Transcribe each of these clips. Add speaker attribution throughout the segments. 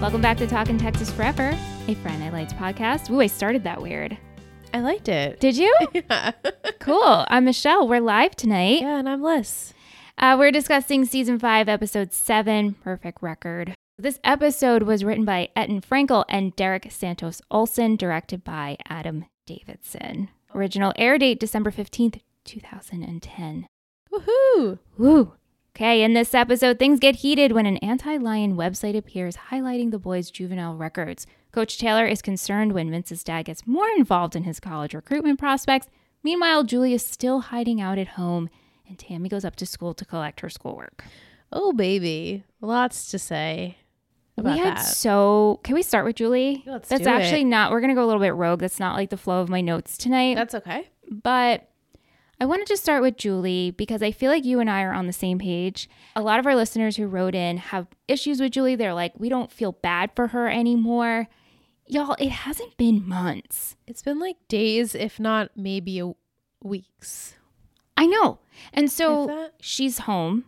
Speaker 1: Welcome back to Talking Texas Forever, a Friday Lights podcast. Ooh, I started that weird.
Speaker 2: I liked it.
Speaker 1: Did you?
Speaker 2: yeah.
Speaker 1: cool. I'm Michelle. We're live tonight.
Speaker 2: yeah, and I'm Les.
Speaker 1: Uh, we're discussing season five, episode seven, Perfect Record. This episode was written by Etten Frankel and Derek Santos Olson, directed by Adam Davidson. Original air date December 15th, 2010.
Speaker 2: Woohoo!
Speaker 1: Woo! Okay, in this episode, things get heated when an anti lion website appears highlighting the boys' juvenile records. Coach Taylor is concerned when Vince's dad gets more involved in his college recruitment prospects. Meanwhile, Julie is still hiding out at home, and Tammy goes up to school to collect her schoolwork.
Speaker 2: Oh, baby. Lots to say about
Speaker 1: we had
Speaker 2: that.
Speaker 1: so. Can we start with Julie?
Speaker 2: Let's
Speaker 1: That's
Speaker 2: do it.
Speaker 1: actually not. We're gonna go a little bit rogue. That's not like the flow of my notes tonight.
Speaker 2: That's okay.
Speaker 1: but I wanted to start with Julie because I feel like you and I are on the same page. A lot of our listeners who wrote in have issues with Julie. They're like, we don't feel bad for her anymore. Y'all, it hasn't been months.
Speaker 2: It's been like days, if not maybe a weeks.
Speaker 1: I know. And
Speaker 2: If
Speaker 1: so
Speaker 2: that-
Speaker 1: she's home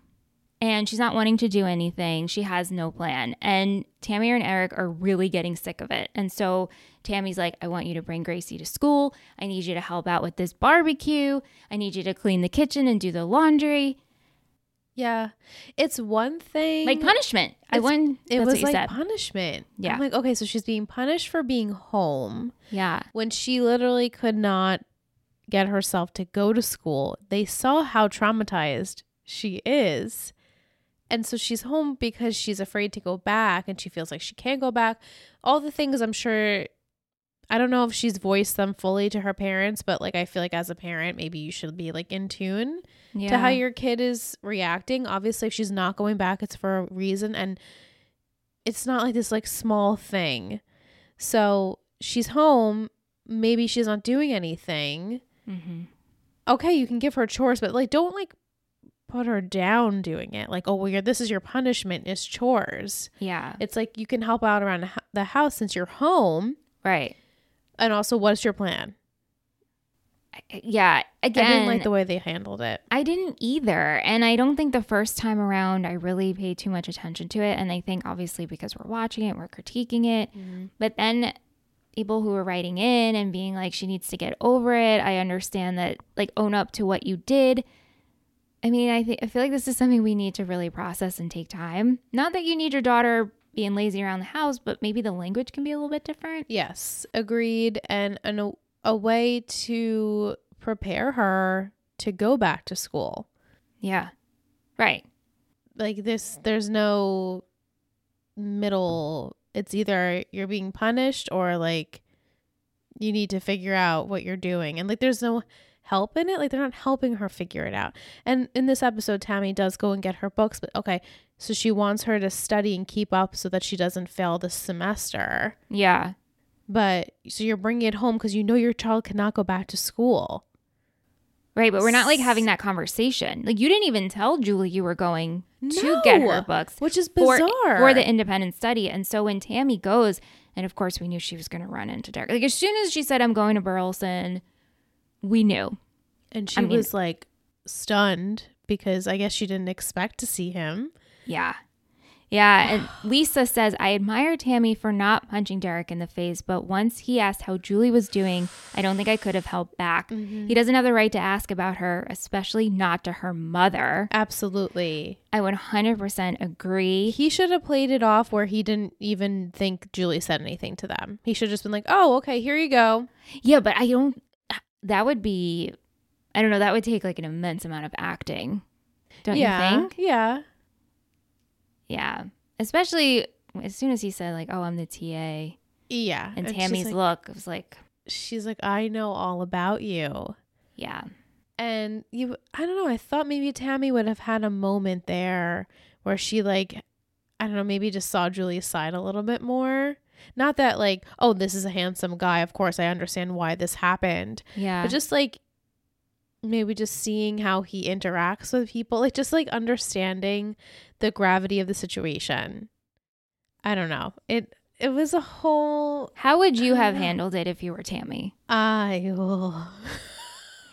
Speaker 1: and she's not wanting to do anything. She has no plan. And Tammy and Eric are really getting sick of it. And so Tammy's like, I want you to bring Gracie to school. I need you to help out with this barbecue. I need you to clean the kitchen and do the laundry.
Speaker 2: Yeah. It's one thing.
Speaker 1: like punishment. I
Speaker 2: It's-
Speaker 1: won.
Speaker 2: It
Speaker 1: That's
Speaker 2: was
Speaker 1: what you
Speaker 2: like
Speaker 1: said.
Speaker 2: punishment.
Speaker 1: Yeah.
Speaker 2: I'm like, okay, so she's being punished for being home
Speaker 1: yeah,
Speaker 2: when she literally could not get herself to go to school. They saw how traumatized she is. And so she's home because she's afraid to go back and she feels like she can't go back. All the things I'm sure I don't know if she's voiced them fully to her parents, but like I feel like as a parent, maybe you should be like in tune
Speaker 1: yeah.
Speaker 2: to how your kid is reacting. Obviously, if she's not going back, it's for a reason, and it's not like this like small thing. So she's home. Maybe she's not doing anything.
Speaker 1: hmm
Speaker 2: Okay, you can give her chores, but like don't like put her down doing it. Like, oh, well, you're, this is your punishment. It's chores.
Speaker 1: yeah,
Speaker 2: It's like you can help out around the hou- the house since you're home.
Speaker 1: right.
Speaker 2: And also, what's your plan?
Speaker 1: I- I- Yeah, again,
Speaker 2: I didn't like the way they handled it.
Speaker 1: I didn't either, and I don't think the first time around I really paid too much attention to it. And I think obviously because we're watching it, we're critiquing it, but then people who were writing in and being like, "She needs to get over it." I understand that, like, own up to what you did. I mean, I think I feel like this is something we need to really process and take time. Not that you need your daughter being lazy around the house, but maybe the language can be a little bit different.
Speaker 2: Yes, agreed. And an, a way to prepare her to go back to school.
Speaker 1: Yeah. Right.
Speaker 2: Like this, there's no middle. It's either you're being punished or like you need to figure out what you're doing. And like there's no help in it. Like they're not helping her figure it out. And in this episode, Tammy does go and get her books, but okay. So she wants her to study and keep up so that she doesn't fail this semester.
Speaker 1: Yeah.
Speaker 2: But so you're bringing it home because you know your child cannot go back to school.
Speaker 1: Right. But we're not like having that conversation. Like you didn't even tell Julie you were going to
Speaker 2: No.
Speaker 1: get her books.
Speaker 2: which is
Speaker 1: For,
Speaker 2: bizarre.
Speaker 1: for the independent study. And so when Tammy goes, and of course we knew she was going to run into Derek. Like as soon as she said, I'm going to Burleson, we knew.
Speaker 2: and she
Speaker 1: I mean-
Speaker 2: was like stunned because I guess she didn't expect to see him.
Speaker 1: Yeah. Yeah. And Lisa says, I admire Tammy for not punching Derek in the face, but once he asked how Julie was doing, I don't think I could have held back.
Speaker 2: Mm-hmm.
Speaker 1: He doesn't have the right to ask about her, especially not to her mother.
Speaker 2: Absolutely,
Speaker 1: I would 100% agree.
Speaker 2: he should have played it off where he didn't even think Julie said anything to them. He should have just been like, "Oh, okay, here you go."
Speaker 1: Yeah, but I don't, that would be, I don't know, that would take like an immense amount of acting. Don't
Speaker 2: yeah,
Speaker 1: you think?
Speaker 2: yeah,
Speaker 1: Yeah. Especially as soon as he said, like, oh, I'm the TA.
Speaker 2: yeah.
Speaker 1: And,
Speaker 2: she's
Speaker 1: Tammy's
Speaker 2: like-
Speaker 1: look was like,
Speaker 2: she's like, "I know all about you."
Speaker 1: yeah.
Speaker 2: and you i don't know i thought maybe tammy would have had a moment there where she like i don't know maybe just saw julie's side a little bit more not that like oh this is a handsome guy of course i understand why this happened
Speaker 1: Yeah.
Speaker 2: but just like maybe just seeing how he interacts with people like just like understanding the gravity of the situation i don't know it it was a whole
Speaker 1: How would you
Speaker 2: I don't
Speaker 1: have
Speaker 2: know.
Speaker 1: handled it if you were Tammy?
Speaker 2: i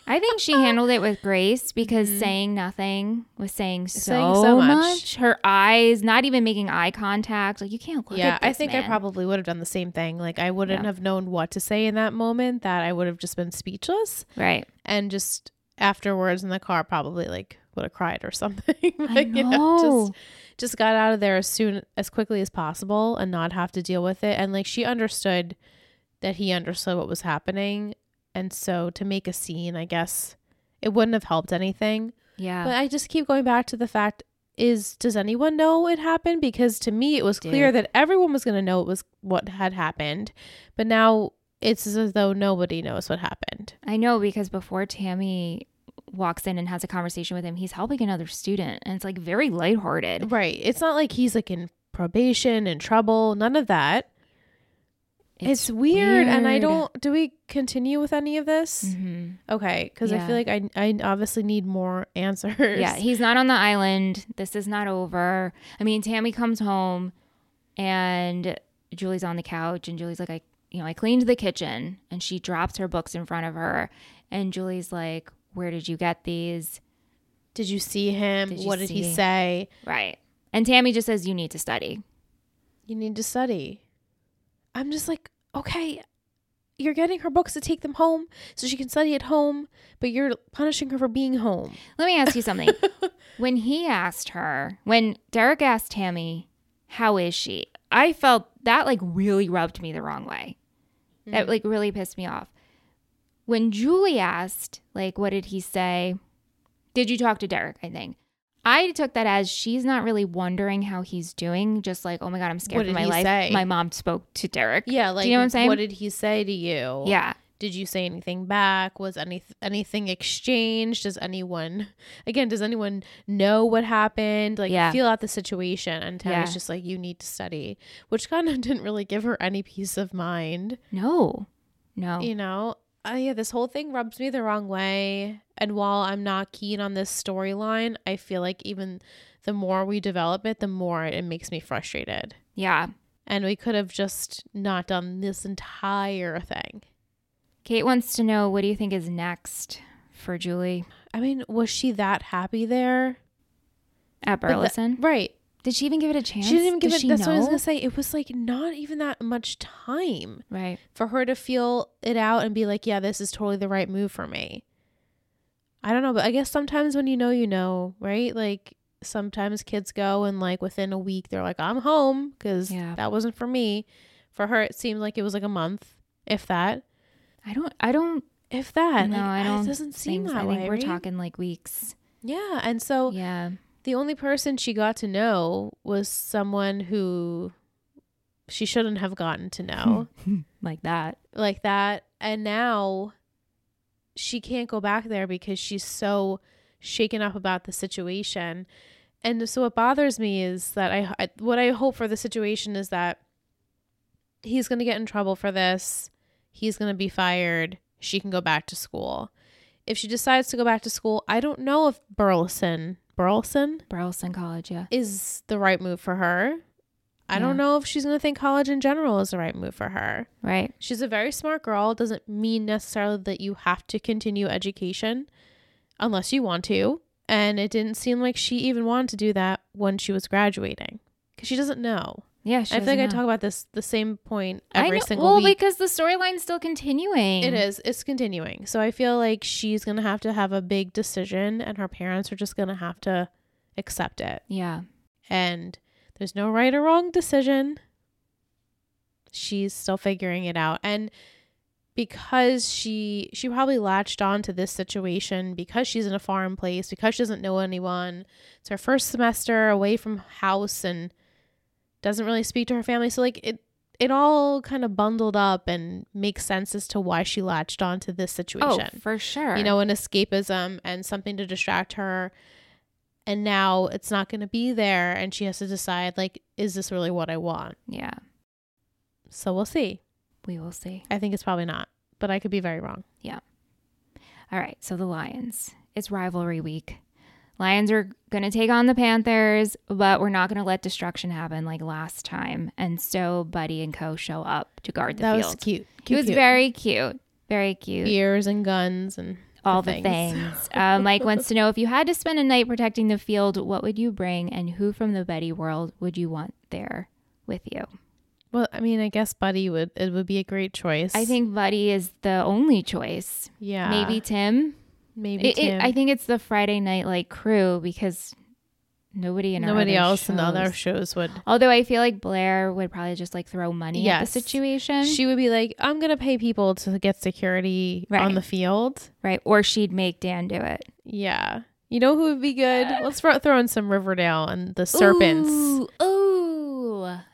Speaker 1: I think
Speaker 2: Uh,
Speaker 1: she handled it with grace because saying nothing was saying so,
Speaker 2: mm-hmm. Saying so
Speaker 1: much.
Speaker 2: much.
Speaker 1: Her eyes, not even making eye contact. Like you can't look
Speaker 2: yeah,
Speaker 1: at this
Speaker 2: I think I
Speaker 1: man.
Speaker 2: probably would have done the same thing. Like I wouldn't
Speaker 1: Yeah.
Speaker 2: have known what to say in that moment. That I would have just been speechless
Speaker 1: right.
Speaker 2: and just afterwards in the car probably like would have cried or something.
Speaker 1: I
Speaker 2: Like, you know,
Speaker 1: know.
Speaker 2: just just got out of there as soon as quickly as possible and not have to deal with it. And like she understood that he understood what was happening, and so to make a scene, I guess it wouldn't have helped anything.
Speaker 1: Yeah.
Speaker 2: But I just keep going back to the fact is does anyone know it happened? Because to me it was clear
Speaker 1: Dude.
Speaker 2: that everyone was gonna know it was what had happened. But now it's as though nobody knows what happened.
Speaker 1: I know because before Tammy walks in and has a conversation with him, he's helping another student and it's like very lighthearted.
Speaker 2: Right. It's not like he's like in probation and trouble, none of that. It's, weird, and I
Speaker 1: weird.
Speaker 2: don't do we continue with any of this?
Speaker 1: Mhm.
Speaker 2: Okay, cuz I
Speaker 1: Yeah.
Speaker 2: feel like I I obviously need more answers.
Speaker 1: Yeah, he's not on the island. This is not over. I mean, Tammy comes home and Julie's on the couch and Julie's like I you know, I cleaned the kitchen and she drops her books in front of her and Julie's like, "Where did you get these?"
Speaker 2: Did you see him?
Speaker 1: Did you
Speaker 2: what did
Speaker 1: see?
Speaker 2: he say?
Speaker 1: Right. And Tammy just says, "You need to study."
Speaker 2: you need to study. I'm just like, okay, you're getting her books to take them home so she can study at home, but you're punishing her for being home.
Speaker 1: Let me ask you something. when he asked her, when Derek asked Tammy, how is she? I felt that like really rubbed me the wrong way.
Speaker 2: Mm-hmm.
Speaker 1: That like really pissed me off. When Julie asked, like, what did he say? Did you talk to Derek? I think. I took that as she's not really wondering how he's doing, just like, oh my God, I'm
Speaker 2: What
Speaker 1: scared for
Speaker 2: did
Speaker 1: my
Speaker 2: he
Speaker 1: life.
Speaker 2: say?
Speaker 1: My mom spoke to Derek.
Speaker 2: Yeah, like
Speaker 1: Do you know what I'm saying?
Speaker 2: what did he say to you?
Speaker 1: yeah.
Speaker 2: Did you say anything back? Was any anything exchanged? Does anyone again, does anyone know what happened? Like
Speaker 1: Yeah.
Speaker 2: feel out the situation and Tammy's
Speaker 1: Yeah.
Speaker 2: just like, you need to study. Which kind of didn't really give her any peace of mind.
Speaker 1: No. No.
Speaker 2: you know uh, yeah this whole thing rubs me the wrong way and while i'm not keen on this storyline i feel like even the more we develop it the more it makes me frustrated
Speaker 1: Yeah.
Speaker 2: and we could have just not done this entire thing
Speaker 1: Kate wants to know what do you think is next for Julie
Speaker 2: i mean was she that happy there
Speaker 1: at
Speaker 2: But the-
Speaker 1: Burleson?
Speaker 2: right
Speaker 1: Did she even give it a chance?
Speaker 2: she didn't even give
Speaker 1: Does
Speaker 2: it
Speaker 1: she
Speaker 2: that's what i was
Speaker 1: know?
Speaker 2: gonna say it was like not even that much time
Speaker 1: Right.
Speaker 2: for her to feel it out and be like yeah this is totally the right move for me I don't know, but I guess sometimes when you know, you know, right? Like sometimes kids go and like within a week they're like, I'm home because
Speaker 1: Yeah.
Speaker 2: that wasn't for me. For her, it seemed like it was like a month, if that,
Speaker 1: I don't. I don't
Speaker 2: if that.
Speaker 1: No,
Speaker 2: like,
Speaker 1: I don't
Speaker 2: It doesn't seem
Speaker 1: think.
Speaker 2: that
Speaker 1: I
Speaker 2: way.
Speaker 1: think we're
Speaker 2: right?
Speaker 1: talking like weeks.
Speaker 2: Yeah, and so
Speaker 1: Yeah.
Speaker 2: the only person she got to know was someone who she shouldn't have gotten to know
Speaker 1: like that.
Speaker 2: like that, and now she can't go back there because she's so shaken up about the situation. And so what bothers me is that I, I what I hope for the situation is that he's going to get in trouble for this. He's going to be fired. She can go back to school. If she decides to go back to school, I don't know if Burleson, Burleson
Speaker 1: Burleson College. Yeah.
Speaker 2: is the right move for her. I don't
Speaker 1: Yeah.
Speaker 2: know if she's going to think college in general is the right move for her.
Speaker 1: Right.
Speaker 2: She's a very smart girl. Doesn't mean necessarily that you have to continue education unless you want to. And it didn't seem like she even wanted to do that when she was graduating because she doesn't know.
Speaker 1: Yeah. She
Speaker 2: I feel like I
Speaker 1: doesn't know.
Speaker 2: talk about this the same point
Speaker 1: I
Speaker 2: every
Speaker 1: know-
Speaker 2: single
Speaker 1: well,
Speaker 2: week.
Speaker 1: because the storyline's still continuing.
Speaker 2: It is. It's continuing. So I feel like she's going to have to have a big decision and her parents are just going to have to accept it.
Speaker 1: Yeah.
Speaker 2: And there's no right or wrong decision. She's still figuring it out. And because she she probably latched on to this situation because she's in a foreign place, because she doesn't know anyone. It's her first semester away from house and doesn't really speak to her family. So like it it all kind of bundled up and makes sense as to why she latched on to this
Speaker 1: Oh,
Speaker 2: situation
Speaker 1: for sure.
Speaker 2: you know, an escapism and something to distract her. And now it's not going to be there. And she has to decide, like, is this really what I want?
Speaker 1: Yeah.
Speaker 2: So we'll see.
Speaker 1: We will see.
Speaker 2: I think it's probably not, but I could be very wrong.
Speaker 1: All right. So the Lions. It's rivalry week. Lions are going to take on the Panthers, but we're not going to let destruction happen like last time. And so Buddy and Co show up to guard the
Speaker 2: that
Speaker 1: field.
Speaker 2: was cute.
Speaker 1: It
Speaker 2: cute
Speaker 1: was
Speaker 2: cute.
Speaker 1: very cute. Very cute.
Speaker 2: Beers and guns and
Speaker 1: all the
Speaker 2: things.
Speaker 1: things. um, Mike wants to know if you had to spend a night protecting the field, what would you bring, and who from the Betty world would you want there with you?
Speaker 2: Well, I mean, I guess Buddy would it would be a great choice.
Speaker 1: I think Buddy is the only choice.
Speaker 2: yeah,
Speaker 1: Maybe Tim.
Speaker 2: maybe
Speaker 1: It- it-
Speaker 2: Tim.
Speaker 1: I think it's the Friday night like crew because nobody in our
Speaker 2: nobody
Speaker 1: other
Speaker 2: else in the other
Speaker 1: shows-
Speaker 2: shows would.
Speaker 1: Although I feel like Blair would probably just like throw money at
Speaker 2: Yes.
Speaker 1: the situation,
Speaker 2: She would be like, "I'm gonna pay people to get security
Speaker 1: Right.
Speaker 2: on the field."
Speaker 1: right? Or she'd make Dan do it.
Speaker 2: Yeah, you know who would be good? Let's throw, throw in some Riverdale and the Serpents.
Speaker 1: Ooh, ooh.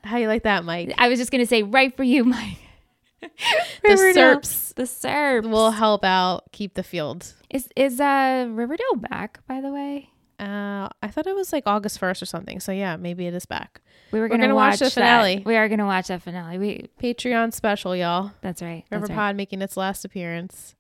Speaker 2: How you like that, Mike?
Speaker 1: I was just gonna say right for you, Mike.
Speaker 2: The
Speaker 1: Riverdale.
Speaker 2: Serps
Speaker 1: The Serps.
Speaker 2: will help out keep the field.
Speaker 1: is is uh Riverdale back? By the way,
Speaker 2: Uh, I thought it was like August first or something. So yeah, maybe it is back.
Speaker 1: we were
Speaker 2: We're
Speaker 1: gonna,
Speaker 2: gonna watch the
Speaker 1: that.
Speaker 2: finale.
Speaker 1: We are gonna watch that finale. We
Speaker 2: Patreon special, y'all.
Speaker 1: that's right.
Speaker 2: River
Speaker 1: that's right.
Speaker 2: Pod making its last appearance.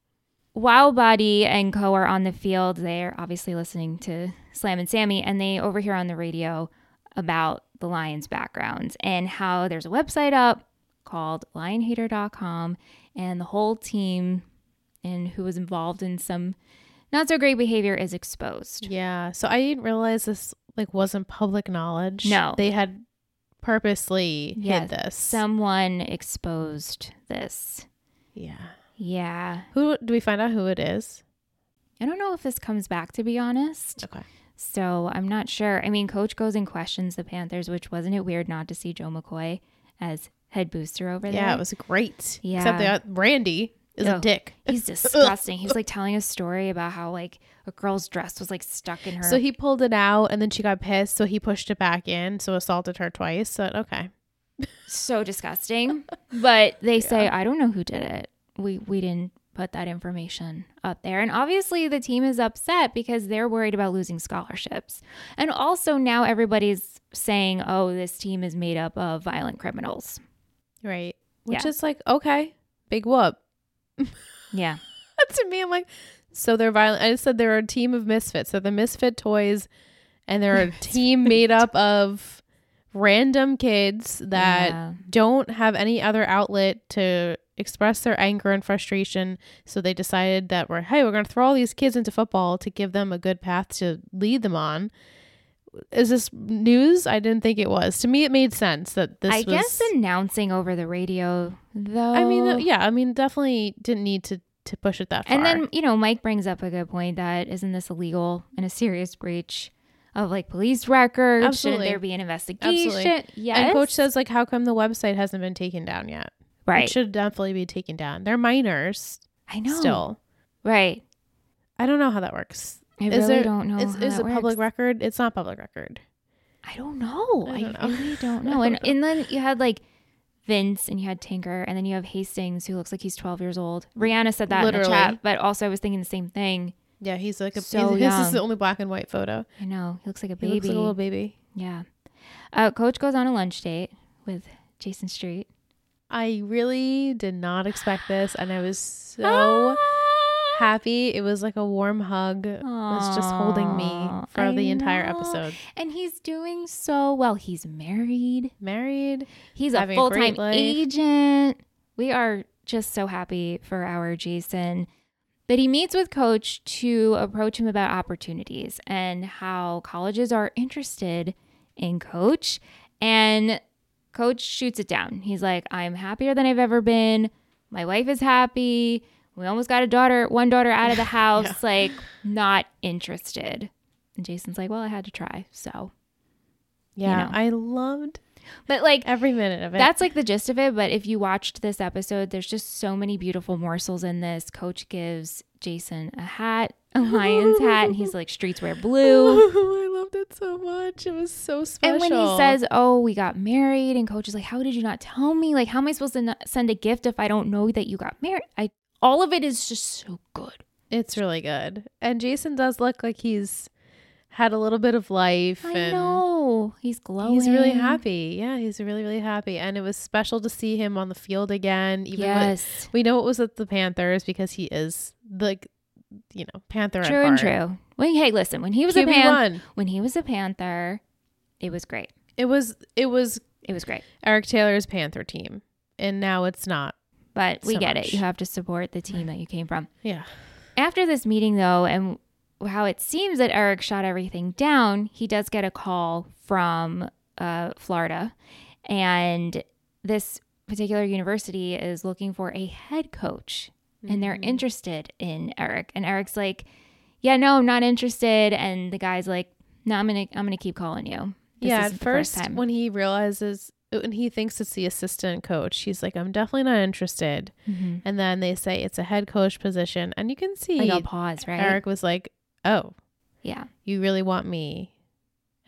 Speaker 1: while Buddy and Co are on the field, they're obviously listening to Slam and Sammy, and they overhear on the radio about the Lions' backgrounds and how there's a website up called lionhater.com, and the whole team and who was involved in some not so great behavior is exposed.
Speaker 2: Yeah. So I didn't realize this like wasn't public knowledge.
Speaker 1: No.
Speaker 2: They had purposely
Speaker 1: Yeah,
Speaker 2: hid this.
Speaker 1: Someone exposed this.
Speaker 2: yeah.
Speaker 1: Yeah.
Speaker 2: Who do we find out who it is?
Speaker 1: I don't know if this comes back, to be honest.
Speaker 2: Okay.
Speaker 1: So I'm not sure. I mean, coach goes and questions the Panthers, which wasn't it weird not to see Joe McCoy as head booster over there?
Speaker 2: Yeah, it was great.
Speaker 1: Yeah.
Speaker 2: Except that Randy is
Speaker 1: Ew.
Speaker 2: a dick.
Speaker 1: He's disgusting. He was like telling a story about how like a girl's dress was like stuck in her.
Speaker 2: So he pulled it out and then she got pissed, so he pushed it back in, so assaulted her twice. So okay.
Speaker 1: so disgusting. But they say, I don't know who did it. We we didn't put that information up there. And obviously the team is upset because they're worried about losing scholarships. And also now everybody's saying, Oh, this team is made up of violent criminals.
Speaker 2: Right. Which
Speaker 1: Yeah.
Speaker 2: is like, okay, big whoop.
Speaker 1: Yeah.
Speaker 2: to me, I'm like, so they're violent. I just said they're a team of misfits. They're the misfit toys, and they're a team made up of random kids that
Speaker 1: Yeah.
Speaker 2: don't have any other outlet to express their anger and frustration. So they decided that we're, hey, we're going to throw all these kids into football to give them a good path to lead them on. Is this news? I didn't think it was. To me, it made sense that this
Speaker 1: I
Speaker 2: was.
Speaker 1: guess announcing over the radio, though.
Speaker 2: I mean, yeah, I mean, definitely didn't need to to push it that far.
Speaker 1: and then you know, Mike brings up a good point that isn't this illegal and a serious breach of like police records?
Speaker 2: Absolutely.
Speaker 1: Should there be an investigation?
Speaker 2: Absolutely.
Speaker 1: Yes.
Speaker 2: And coach says like, how come the website hasn't been taken down yet?
Speaker 1: right.
Speaker 2: It should definitely be taken down. They're minors
Speaker 1: I know.
Speaker 2: still.
Speaker 1: right.
Speaker 2: I don't know how that works.
Speaker 1: I
Speaker 2: Is
Speaker 1: really
Speaker 2: there-
Speaker 1: don't know.
Speaker 2: Is,
Speaker 1: how
Speaker 2: is
Speaker 1: that
Speaker 2: it public
Speaker 1: works.
Speaker 2: record? It's not public record.
Speaker 1: I don't know.
Speaker 2: I
Speaker 1: I,
Speaker 2: don't know.
Speaker 1: really
Speaker 2: I
Speaker 1: don't know.
Speaker 2: don't
Speaker 1: and
Speaker 2: know.
Speaker 1: and then you had like. Vince and you had Tinker, and then you have Hastings, who looks like he's 12 years old. Rihanna said that in
Speaker 2: Literally.
Speaker 1: the chat, but also I was thinking the same thing.
Speaker 2: Yeah, he's like a
Speaker 1: So
Speaker 2: he's, this is
Speaker 1: young.
Speaker 2: the only black and white photo.
Speaker 1: I know he looks like a
Speaker 2: He
Speaker 1: baby.
Speaker 2: looks like a little baby.
Speaker 1: Yeah. Uh, Coach goes on a lunch date with Jason Street.
Speaker 2: I really did not expect this, and I was
Speaker 1: Ah.
Speaker 2: so happy. It was like a warm hug. It was just holding me
Speaker 1: Aw,
Speaker 2: for
Speaker 1: I
Speaker 2: the entire
Speaker 1: know.
Speaker 2: episode.
Speaker 1: And he's doing so well. He's married,
Speaker 2: Married.
Speaker 1: he's a
Speaker 2: Having a
Speaker 1: full time
Speaker 2: great life.
Speaker 1: agent. We are just so happy for our Jason. But he meets with Coach to approach him about opportunities and how colleges are interested in Coach. And Coach shoots it down. He's like, I'm happier than I've ever been. My wife is happy. We almost got a daughter, one daughter out of the house, like, not interested. And Jason's like, Well, I had to try. So,
Speaker 2: Yeah,
Speaker 1: know.
Speaker 2: I loved
Speaker 1: but like,
Speaker 2: every minute of it.
Speaker 1: that's like the gist of it. But if you watched this episode, there's just so many beautiful morsels in this. Coach gives Jason a hat, a lion's hat, and he's like, streets wear blue.
Speaker 2: I loved it so much. It was so
Speaker 1: And
Speaker 2: special.
Speaker 1: when he says, Oh, we got married, and coach is like, How did you not tell me? Like, how am I supposed to not send a gift if I don't know that you got married? I all of it is just so good.
Speaker 2: it's really good. And Jason does look like he's had a little bit of life.
Speaker 1: I
Speaker 2: and
Speaker 1: know. He's glowing.
Speaker 2: He's really happy. Yeah, he's really, really happy. And it was special to see him on the field again. Even when-
Speaker 1: Yes.
Speaker 2: we know it was at the Panthers because he is the, you know, Panther. at
Speaker 1: True and
Speaker 2: heart.
Speaker 1: true. When, hey, listen, when he was a pan-
Speaker 2: QB1.
Speaker 1: when he was a Panther, it was great.
Speaker 2: It was it was
Speaker 1: It was great.
Speaker 2: Eric Taylor's Panther team, and now it's not.
Speaker 1: But we
Speaker 2: so
Speaker 1: get
Speaker 2: much.
Speaker 1: it. You have to support the team that you came from.
Speaker 2: Yeah,
Speaker 1: After this meeting, though, and how it seems that Eric shot everything down, he does get a call from uh, Florida. And this particular university is looking for a head coach and
Speaker 2: Mm.
Speaker 1: they're interested in Eric. And Eric's like, "Yeah, no, I'm not interested." And the guy's like, "No, I'm gonna, I'm gonna keep calling you." This
Speaker 2: yeah,
Speaker 1: is
Speaker 2: at
Speaker 1: the
Speaker 2: first, when he realizes, when he thinks it's the assistant coach, he's like, I'm definitely not interested.
Speaker 1: Mhm.
Speaker 2: And then they say it's a head coach position. And you can see
Speaker 1: like I'll pause, right?
Speaker 2: Eric was like, oh,
Speaker 1: Yeah,
Speaker 2: you really want me.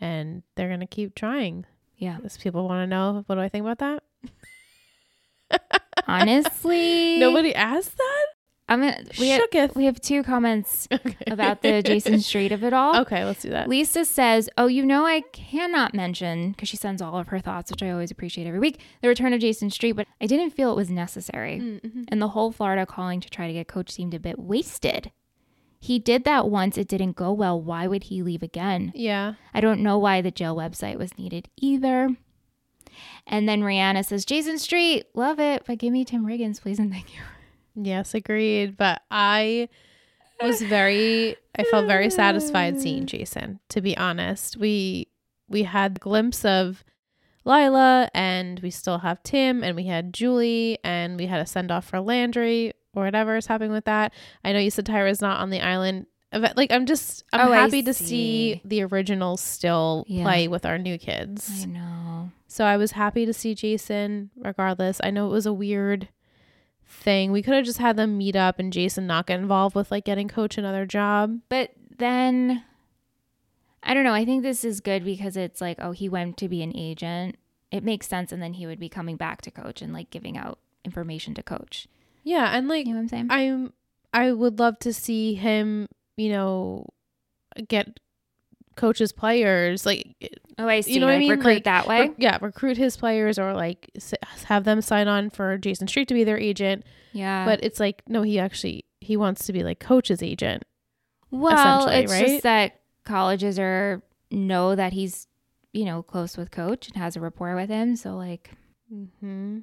Speaker 2: And they're going to keep trying.
Speaker 1: yeah.
Speaker 2: Those people want to know, what do I think about that?
Speaker 1: Honestly,
Speaker 2: Nobody asked that?
Speaker 1: I'm gonna, we have,
Speaker 2: Shooketh.
Speaker 1: we have two comments
Speaker 2: Okay.
Speaker 1: about the Jason Street of it all.
Speaker 2: Okay, let's do that.
Speaker 1: Lisa says, Oh, you know, I cannot mention, because she sends all of her thoughts, which I always appreciate every week, the return of Jason Street, but I didn't feel it was necessary.
Speaker 2: Hmm. Mm-hmm.
Speaker 1: And the whole Florida calling to try to get coach seemed a bit wasted. He did that once, it didn't go well. Why would he leave again?
Speaker 2: Yeah.
Speaker 1: I don't know why the jail website was needed either. And then Rihanna says, Jason Street, love it, but give me Tim Riggins, please, and thank you.
Speaker 2: Yes, agreed. But I was very I felt very satisfied seeing Jason, to be honest. We we had a glimpse of Lila and we still have Tim and we had Julie and we had a send off for Landry or whatever is happening with that. I know you said Tyra's not on the island. But, Like I'm just I'm
Speaker 1: Oh, I
Speaker 2: happy to see
Speaker 1: see.
Speaker 2: the originals still
Speaker 1: Yeah.
Speaker 2: play with our new kids.
Speaker 1: I know.
Speaker 2: So I was happy to see Jason regardless. I know it was a weird thing. We could have just had them meet up and Jason not get involved with like getting coach another job.
Speaker 1: But then I don't know. I think this is good because it's like, oh, he went to be an agent. It makes sense. And then he would be coming back to coach and like giving out information to coach.
Speaker 2: Yeah, and like
Speaker 1: You know what I'm saying?
Speaker 2: I'm I would love to see him, you know, get coaches players like
Speaker 1: oh, I see.
Speaker 2: you know what I
Speaker 1: like,
Speaker 2: mean?
Speaker 1: Recruit
Speaker 2: Like,
Speaker 1: that way.
Speaker 2: rec- yeah, recruit his players or like s- have them sign on for Jason Street to be their agent,
Speaker 1: yeah.
Speaker 2: but it's like no, he actually he wants to be like coach's agent.
Speaker 1: well,
Speaker 2: essentially,
Speaker 1: it's
Speaker 2: right?
Speaker 1: just that colleges are know that he's, you know, close with coach and has a rapport with him. So like,
Speaker 2: Mm-hmm.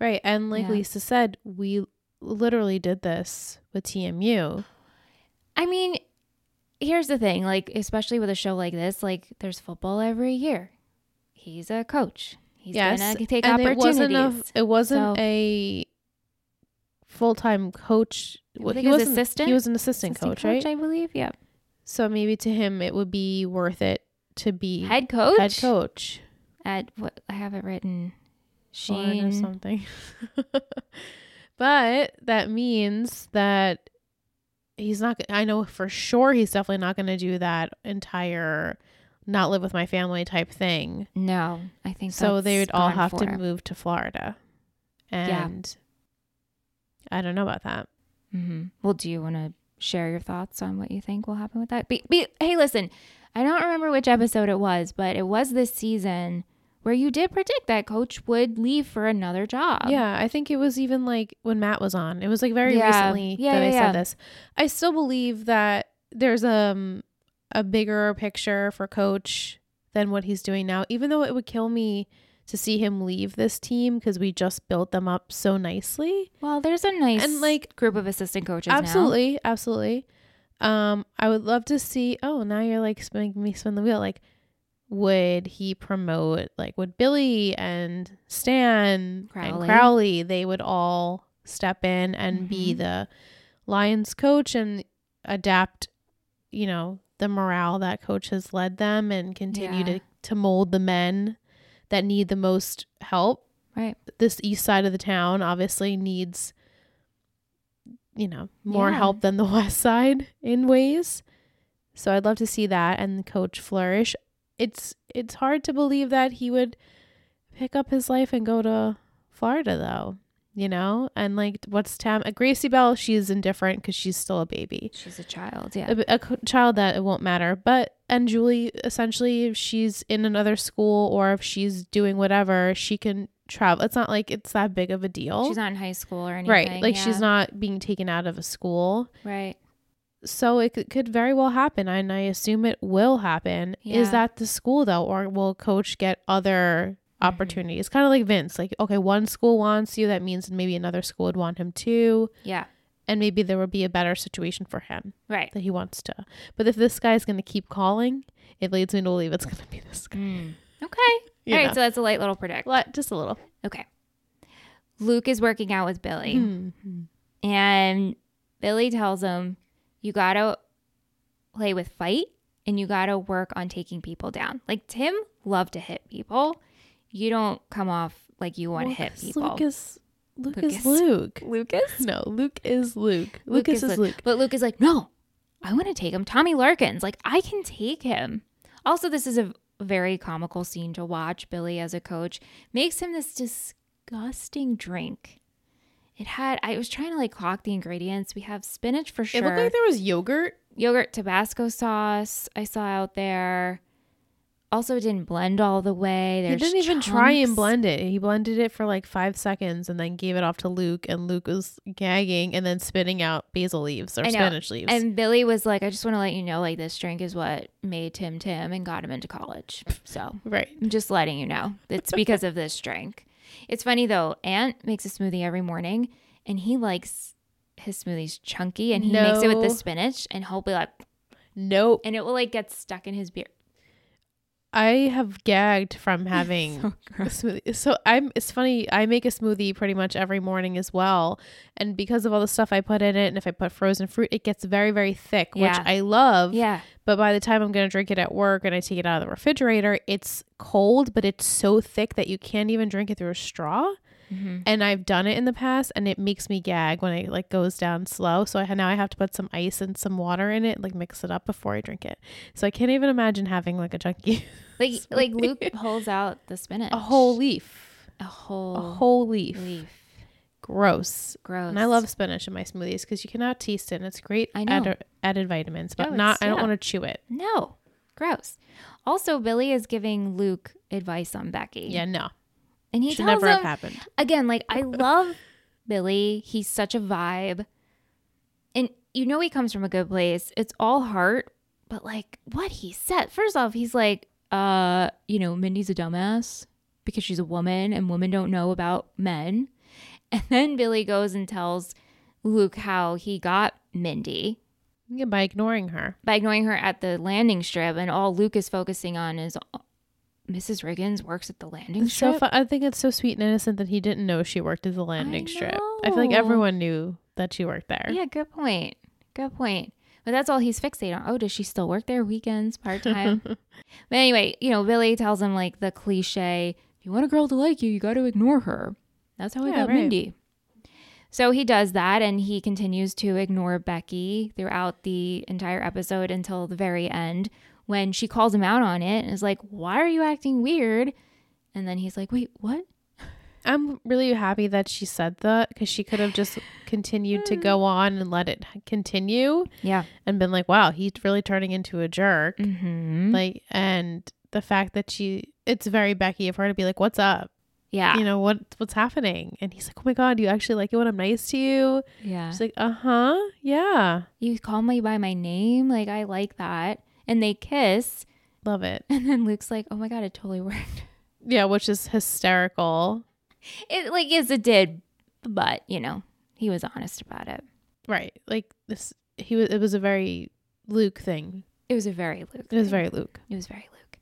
Speaker 2: Right. And like
Speaker 1: Yeah.
Speaker 2: Lisa said, we literally did this with TMU.
Speaker 1: I mean, here's the thing, like, especially with a show like this, like there's football every year. He's a coach. He's
Speaker 2: Yes,
Speaker 1: gonna take
Speaker 2: and it
Speaker 1: opportunities.
Speaker 2: wasn't a it wasn't
Speaker 1: So-
Speaker 2: a full time coach.
Speaker 1: I
Speaker 2: Well,
Speaker 1: think
Speaker 2: he
Speaker 1: it was
Speaker 2: was not
Speaker 1: assistant?
Speaker 2: He was an assistant,
Speaker 1: Assistant
Speaker 2: coach, right?
Speaker 1: I believe. Yeah.
Speaker 2: so maybe to him it would be worth it to be
Speaker 1: Head coach.
Speaker 2: head coach
Speaker 1: At what I have it written.
Speaker 2: Lauren or
Speaker 1: Shane.
Speaker 2: something. but that means that he's not g- I know for sure he's definitely not going to do that entire not live with my family type thing.
Speaker 1: No, I think
Speaker 2: So they
Speaker 1: that's
Speaker 2: would all
Speaker 1: gone
Speaker 2: have to
Speaker 1: for.
Speaker 2: move to Florida.
Speaker 1: Yeah.
Speaker 2: And I don't know about that. Mm-hmm.
Speaker 1: Mhm. Well, do you want to share your thoughts on what you think will happen with that? Be, be, hey, listen, I don't remember which episode it was, but it was this season where you did predict that coach would leave for another job.
Speaker 2: yeah, I think it was even like when Matt was on. It was like very
Speaker 1: Um, Yeah.
Speaker 2: recently
Speaker 1: Yeah,
Speaker 2: that
Speaker 1: yeah,
Speaker 2: I
Speaker 1: yeah.
Speaker 2: said this. I still believe that there's um a bigger picture for coach than what he's doing now. Even though it would kill me to see him leave this team because we just built them up so nicely.
Speaker 1: Well, there's a nice
Speaker 2: And, like,
Speaker 1: group of assistant coaches. now.
Speaker 2: Absolutely, absolutely. Um, I would love to see. Oh, now you're like spin- making me spin the wheel. Like, would he promote? Like, would Billy and Stan
Speaker 1: Crowley.
Speaker 2: and Crowley? They would all step in and be
Speaker 1: Mhm.
Speaker 2: the Lions coach and adapt. You know the morale that coach has led them and continue
Speaker 1: Yeah.
Speaker 2: to to mold the men that need the most help
Speaker 1: Right.
Speaker 2: this east side of the town obviously needs you know more
Speaker 1: Yeah.
Speaker 2: help than the west side in ways so i'd love to see that and coach flourish it's it's hard to believe that he would pick up his life and go to florida though you know and like what's tam gracie bell she's indifferent because she's still a baby
Speaker 1: She's a child. Yeah.
Speaker 2: a, a co- child that it won't matter. But and Julie, essentially, if she's in another school or if she's doing whatever, she can travel. It's not like it's that big of a deal,
Speaker 1: She's not in high school or anything.
Speaker 2: right? Like
Speaker 1: yeah.
Speaker 2: she's not being taken out of a school,
Speaker 1: Right.
Speaker 2: so it could, could very well happen, and I assume it will happen.
Speaker 1: Yeah.
Speaker 2: Is that the school though, or will coach get other?
Speaker 1: Mm-hmm.
Speaker 2: opportunities kind of like Vince like okay one school wants you that means maybe another school would want him too
Speaker 1: Yeah.
Speaker 2: and maybe there would be a better situation for him
Speaker 1: Right.
Speaker 2: that he wants to. But if this guy's going to keep calling, it leads me to believe it's going to be this guy.
Speaker 1: Mm. Okay.
Speaker 2: Mm. You
Speaker 1: All right.
Speaker 2: know.
Speaker 1: So that's a light little predict.
Speaker 2: Li- Just a little.
Speaker 1: Okay. Luke is working out with Billy,
Speaker 2: Hmm.
Speaker 1: and Billy tells him, "You gotta play with fight, and you gotta work on taking people down." Like Tim loved to hit people. You don't come off like you want to hit people.
Speaker 2: Luke is Luke,
Speaker 1: Lucas.
Speaker 2: is Luke.
Speaker 1: Lucas?
Speaker 2: No, Luke is Luke. Lucas, is Luke.
Speaker 1: But Luke is like, no, I want to take him. Tommy Larkins, like, I can take him. Also, this is a very comical scene to watch. Billy, as a coach, makes him this disgusting drink. It had, I was trying to like clock the ingredients. We have spinach for sure.
Speaker 2: It looked like there was yogurt.
Speaker 1: Yogurt, Tabasco sauce, I saw out there. Also, it didn't blend all the way. There's
Speaker 2: he didn't even try and
Speaker 1: chunks.
Speaker 2: blend it. He blended it for like five seconds and then gave it off to Luke, and Luke was gagging and then spitting out basil leaves or
Speaker 1: I know.
Speaker 2: spinach leaves.
Speaker 1: And Billy was like, I just want to let you know, like, this drink is what made Tim Tim and got him into college. So.
Speaker 2: right.
Speaker 1: I'm just letting you know. It's because of this drink. It's funny though, Ant makes a smoothie every morning and he likes his smoothies chunky and he makes it with the
Speaker 2: No.
Speaker 1: spinach and he'll be like
Speaker 2: Nope.
Speaker 1: and it will like get stuck in his beard.
Speaker 2: I have gagged from having a smoothie. So I'm it's funny, I make a smoothie pretty much every morning as well. And because of all the stuff I put in it and if I put frozen fruit, it gets very, very thick,
Speaker 1: Yeah.
Speaker 2: which I love.
Speaker 1: Yeah.
Speaker 2: But by the time I'm gonna drink it at work and I take it out of the refrigerator, it's cold, but it's so thick that you can't even drink it through a straw.
Speaker 1: Mhm.
Speaker 2: And I've done it in the past and it makes me gag when it like goes down slow. So I now I have to put some ice and some water in it, like mix it up before I drink it. So I can't even imagine having like a chunky
Speaker 1: Like like Luke pulls out the spinach.
Speaker 2: a whole leaf.
Speaker 1: a whole,
Speaker 2: A whole leaf.
Speaker 1: leaf.
Speaker 2: Gross.
Speaker 1: Gross.
Speaker 2: And I love spinach in my smoothies because you cannot taste it. And it's great
Speaker 1: I know.
Speaker 2: Added, added vitamins, but
Speaker 1: No,
Speaker 2: not.
Speaker 1: it's-
Speaker 2: I don't
Speaker 1: yeah.
Speaker 2: want to chew it.
Speaker 1: No. Gross. Also, Billy is giving Luke advice on Becky.
Speaker 2: Yeah, no,
Speaker 1: And he
Speaker 2: should
Speaker 1: tells
Speaker 2: never have
Speaker 1: him
Speaker 2: happened.
Speaker 1: again, like I love Billy. He's such a vibe. And you know he comes from a good place. It's all heart, but like what he said. First off, he's like, uh, you know, Mindy's a dumbass because she's a woman and women don't know about men. And then Billy goes and tells Luke how he got Mindy
Speaker 2: Yeah, by ignoring her.
Speaker 1: by ignoring her at the landing strip and all Luke is focusing on is Mrs. Riggins works at the landing
Speaker 2: It's
Speaker 1: strip.
Speaker 2: so fun. I think it's so sweet and innocent that he didn't know she worked at the landing strip. I feel like
Speaker 1: know.
Speaker 2: everyone knew that she worked there.
Speaker 1: Yeah, good point. Good point. But that's all he's fixated on. Oh, does she still work there weekends, part time? but anyway, you know, Billy tells him like the cliche if you want a girl to like you, you got to ignore her. That's how I
Speaker 2: Yeah,
Speaker 1: got
Speaker 2: right.
Speaker 1: Mindy. So he does that and he continues to ignore Becky throughout the entire episode until the very end when she calls him out on it and is like, Why are you acting weird? And then he's like, Wait, what?
Speaker 2: I'm really happy that she said that because she could have just continued to go on and let it continue
Speaker 1: Yeah.
Speaker 2: and been like, wow, he's really turning into a jerk.
Speaker 1: hmm
Speaker 2: Like, and the fact that she, it's very Becky of her to be like, what's up?
Speaker 1: Yeah.
Speaker 2: you know what what's happening and he's like oh my god you actually like it when i'm nice to you
Speaker 1: yeah.
Speaker 2: she's like uh-huh yeah
Speaker 1: you call me by my name like i like that and they kiss
Speaker 2: love it
Speaker 1: and then luke's like oh my god it totally worked
Speaker 2: yeah which is hysterical
Speaker 1: it like yes it did but you know he was honest about it
Speaker 2: right like this he was it was a very luke thing
Speaker 1: it was a very luke
Speaker 2: it was
Speaker 1: thing.
Speaker 2: very luke
Speaker 1: it was very luke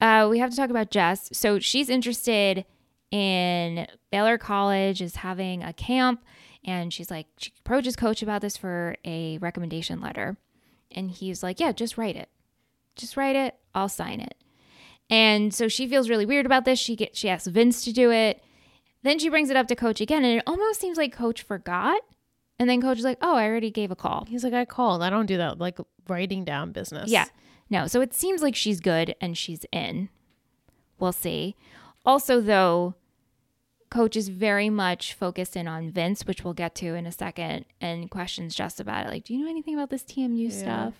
Speaker 1: uh, we have to talk about jess so she's interested in baylor college is having a camp and she's like she approaches coach about this for a recommendation letter and he's like yeah just write it just write it i'll sign it And so she feels really weird about this. She gets she asks Vince to do it. Then she brings it up to coach again and it almost seems like coach forgot. And then coach is like, "Oh, I already gave a call."
Speaker 2: he's like i called i don't do that like writing down business
Speaker 1: Yeah. No. So it seems like she's good and she's in. We'll see. Also though, coach is very much focused in on Vince, which we'll get to in a second, and questions just about it. Like, "Do you know anything about this TMU
Speaker 2: Yeah.
Speaker 1: stuff?"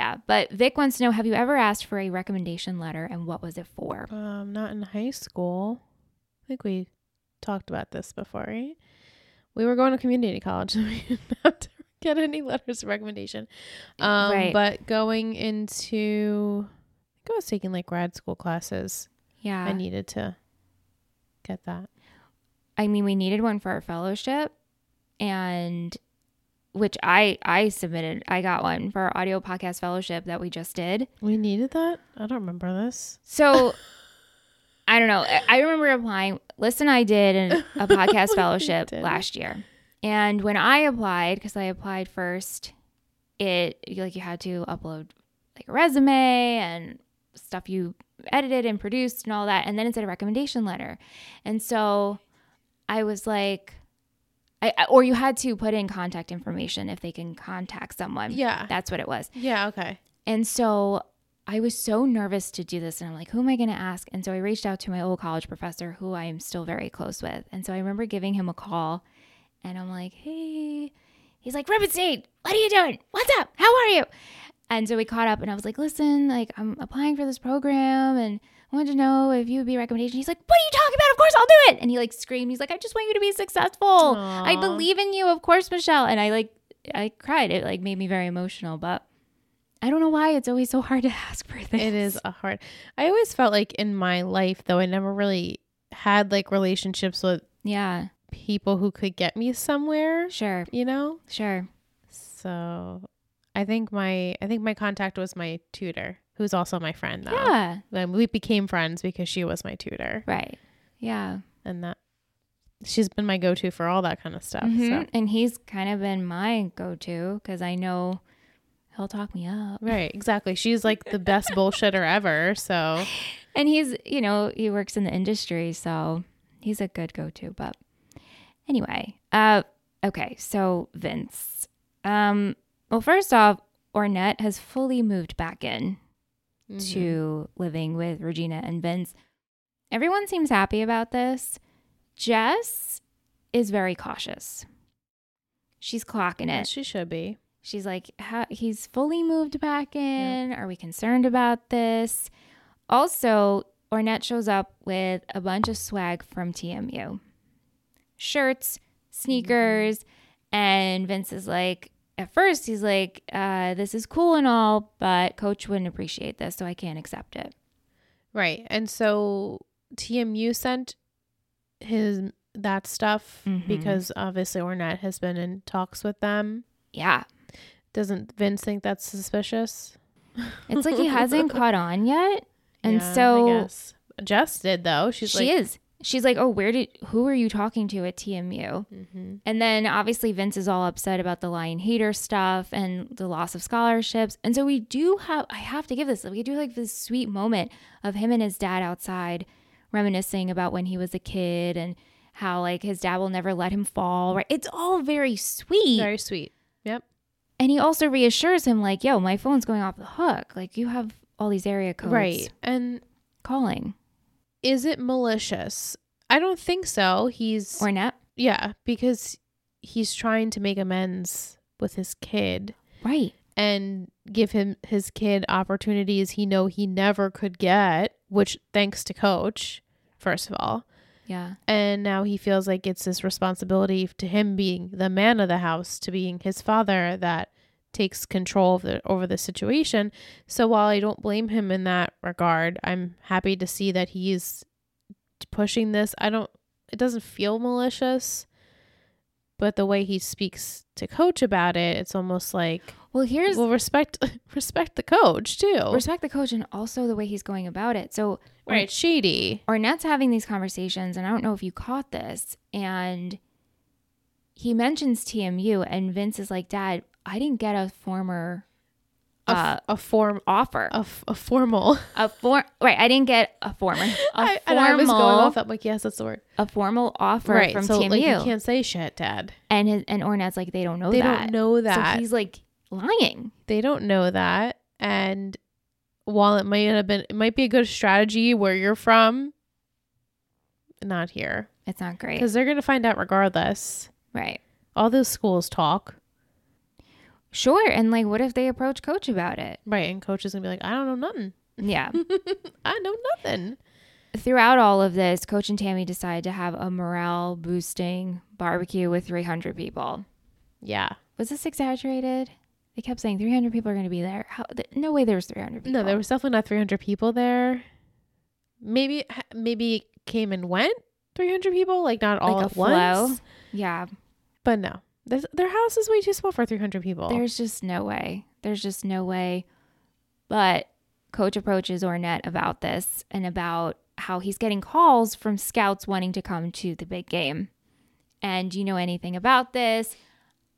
Speaker 1: Yeah, but Vic wants to know, "Have you ever asked for a recommendation letter and what was it for?"
Speaker 2: um not in high school i think we talked about this before right we were going to community college and we didn't have to get any letters of recommendation um
Speaker 1: Right.
Speaker 2: but going into i think i was taking like grad school classes
Speaker 1: Yeah.
Speaker 2: i needed to get that
Speaker 1: I mean, we needed one for our fellowship, and which I I submitted. I got one for our audio podcast fellowship that we just did.
Speaker 2: We needed that? I don't remember this.
Speaker 1: So I don't know. I- I remember applying. Liz and I did an, a podcast
Speaker 2: We
Speaker 1: fellowship
Speaker 2: did.
Speaker 1: last year, and when I applied, because I applied first, it you- like you had to upload like a resume and stuff you edited and produced and all that, and then it said a recommendation letter, and so I was like, I I- or you had to put in contact information if they can contact someone.
Speaker 2: Yeah.
Speaker 1: that's what it was.
Speaker 2: Yeah, okay.
Speaker 1: And so I was so nervous to do this. And I'm like, who am I going to ask? And so I reached out to my old college professor, who I am still very close with. And so I remember giving him a call and I'm like, hey. He's like, Rubenstein, what are you doing? What's up? How are you? And so we caught up and I was like, listen, like, I'm applying for this program and I wanted to know if you would be a recommendation. He's like, what are you talking about? Of course I'll do it. And he like screamed. He's like, I just want you to be successful. Oh, I
Speaker 2: Aw.
Speaker 1: believe in you. Of course, Michelle. And I like, I cried. It like made me very emotional, but I don't know why it's always so hard to ask for things.
Speaker 2: It is a hard. I always felt like in my life though I never really had like relationships with
Speaker 1: Yeah,
Speaker 2: people who could get me somewhere,
Speaker 1: sure,
Speaker 2: you know?
Speaker 1: sure.
Speaker 2: So I think my I think my contact was my tutor, who's also my friend though.
Speaker 1: Yeah,
Speaker 2: And we became friends because she was my tutor.
Speaker 1: right. Yeah.
Speaker 2: And that she's been my go to for all that kind of stuff.
Speaker 1: Mhm.
Speaker 2: So
Speaker 1: And he's kind of been my go to because I know he'll talk me up.
Speaker 2: Right, exactly. She's like the best bullshitter ever. So
Speaker 1: And he's, you know, he works in the industry, so he's a good go to. But anyway, uh, okay, so Vince. Um, well, first off, Ornette has fully moved back in
Speaker 2: Mm-hmm.
Speaker 1: to living with Regina and Vince. Everyone seems happy about this. Jess is very cautious. She's clocking
Speaker 2: Mhm.
Speaker 1: it.
Speaker 2: she should be.
Speaker 1: She's like, "Ha- he's fully moved back in. Are we concerned about this? Also, Ornette shows up with a bunch of swag from TMU shirts, sneakers. And Vince is like, at first, he's like, uh, this is cool and all, but coach wouldn't appreciate this, so I can't accept it.
Speaker 2: Right. And so TMU sent his that stuff
Speaker 1: Mhm.
Speaker 2: because obviously Ornette has been in talks with them.
Speaker 1: Yeah.
Speaker 2: Doesn't Vince think that's suspicious?
Speaker 1: It's like he hasn't caught on yet. And
Speaker 2: Yeah, I
Speaker 1: so
Speaker 2: guess. Jess did though. She's
Speaker 1: she
Speaker 2: like
Speaker 1: is. She's like, oh, where did, who are you talking to at TMU?
Speaker 2: Mhm.
Speaker 1: And then obviously Vince is all upset about the lion hater stuff and the loss of scholarships. And so we do have I have to give this we do like this sweet moment of him and his dad outside reminiscing about when he was a kid and how like his dad will never let him fall. Right. It's all very sweet.
Speaker 2: very sweet. Yep.
Speaker 1: And he also reassures him, like, yo, my phone's going off the hook. Like you have all these area codes
Speaker 2: Right. And
Speaker 1: calling.
Speaker 2: is it malicious? I don't think so. He's
Speaker 1: Or not.
Speaker 2: yeah, because he's trying to make amends with his kid.
Speaker 1: Right.
Speaker 2: and give him his kid opportunities he know he never could get which thanks to coach first of all
Speaker 1: Yeah.
Speaker 2: and now he feels like it's his responsibility to him being the man of the house to being his father that takes control of the, over the situation so while i don't blame him in that regard i'm happy to see that he's pushing this i don't it doesn't feel malicious but the way he speaks to coach about it it's almost like
Speaker 1: Well here's
Speaker 2: well respect respect the coach too
Speaker 1: respect the coach and also the way he's going about it. So
Speaker 2: right it's shady
Speaker 1: Ornette's having these conversations, and I don't know if you caught this. And he mentions TMU, and Vince is like, Dad, I didn't get a former uh,
Speaker 2: a, f- a form
Speaker 1: offer.
Speaker 2: a, f- a formal
Speaker 1: A form, right? I didn't get a former, a
Speaker 2: I, and
Speaker 1: formal,
Speaker 2: I was going off that like yes that's the word
Speaker 1: a formal offer
Speaker 2: right
Speaker 1: from
Speaker 2: so
Speaker 1: TMU.
Speaker 2: like you can't say shit dad
Speaker 1: and his, and Ornette's like, they don't know
Speaker 2: they
Speaker 1: that.
Speaker 2: don't know
Speaker 1: So
Speaker 2: that
Speaker 1: he's like lying.
Speaker 2: they don't know that and while it might have been it might be a good strategy where you're from not here
Speaker 1: It's not great,
Speaker 2: because they're gonna find out regardless
Speaker 1: right?
Speaker 2: all those schools talk
Speaker 1: Sure. And like, what if they approach coach about it?
Speaker 2: right and coach is gonna be like i don't know nothing
Speaker 1: Yeah.
Speaker 2: i know nothing
Speaker 1: throughout all of this, Coach and Tammy decide to have a morale boosting barbecue with 300 people.
Speaker 2: yeah
Speaker 1: Was this exaggerated? They kept saying 300 people are going to be there. How, th- no way there was 300 people.
Speaker 2: No, there was definitely not 300 people there. Maybe maybe came and went 300 people, like not all
Speaker 1: Like a
Speaker 2: at once.
Speaker 1: flow? Yeah.
Speaker 2: But no, This, their house is way too small for 300 people.
Speaker 1: There's just no way. There's just no way. But coach approaches Ornette about this and about how he's getting calls from scouts wanting to come to the big game. And do you know anything about this?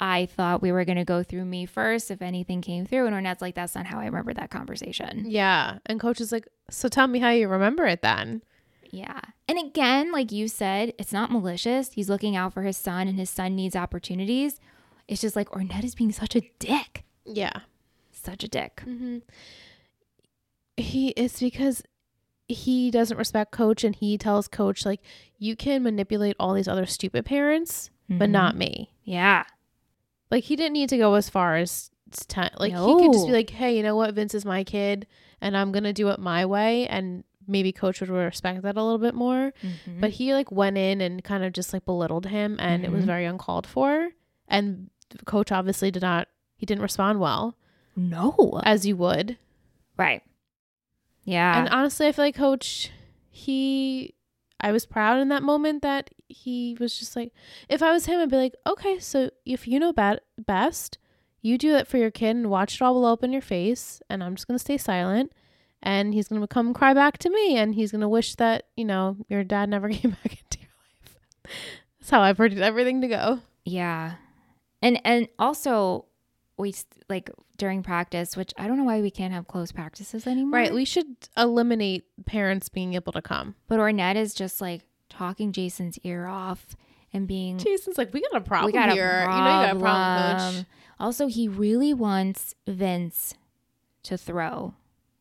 Speaker 1: I thought we were going to go through me first if anything came through. And Ornette's like, that's not how I remember that conversation.
Speaker 2: yeah. And coach is like, so tell me how you remember it then.
Speaker 1: Yeah. And again, like you said, it's not malicious. He's looking out for his son and his son needs opportunities. It's just like Ornette is being such a dick.
Speaker 2: Yeah.
Speaker 1: Such a dick.
Speaker 2: Mm-hmm. He it's because he doesn't respect coach and he tells coach like you can manipulate all these other stupid parents but
Speaker 1: Mhm.
Speaker 2: not me.
Speaker 1: Yeah.
Speaker 2: Like he didn't need to go as far as as ten. Like he could just be
Speaker 1: No.
Speaker 2: like, hey, you know what? Vince is my kid, and I'm gonna do it my way, and maybe coach would respect that a little bit more.
Speaker 1: Mm-hmm.
Speaker 2: But he like went in and kind of just like belittled him, and it was
Speaker 1: Mhm.
Speaker 2: very uncalled for. And coach obviously did not. He didn't respond well
Speaker 1: no.
Speaker 2: as you would.
Speaker 1: Right. Yeah.
Speaker 2: And uh, honestly, I feel like coach. He, I was proud in that moment that he was just like, if I was him, I'd be like, okay, so if you know bad, best, you do it for your kid and watch it all blow up in your face, and I'm just gonna stay silent. And he's gonna come cry back to me, and he's gonna wish that you know your dad never came back into your life. That's how I predicted everything to go.
Speaker 1: yeah. And and also we s- like during practice, which I don't know why we can't have close practices anymore.
Speaker 2: Right? We should eliminate parents being able to come.
Speaker 1: But Ornette is just like talking Jason's ear off and being
Speaker 2: Jason's like, we got a problem
Speaker 1: we got
Speaker 2: here.
Speaker 1: a
Speaker 2: You know, you got a
Speaker 1: problem.
Speaker 2: problem, coach.
Speaker 1: Also, he really wants Vince to throw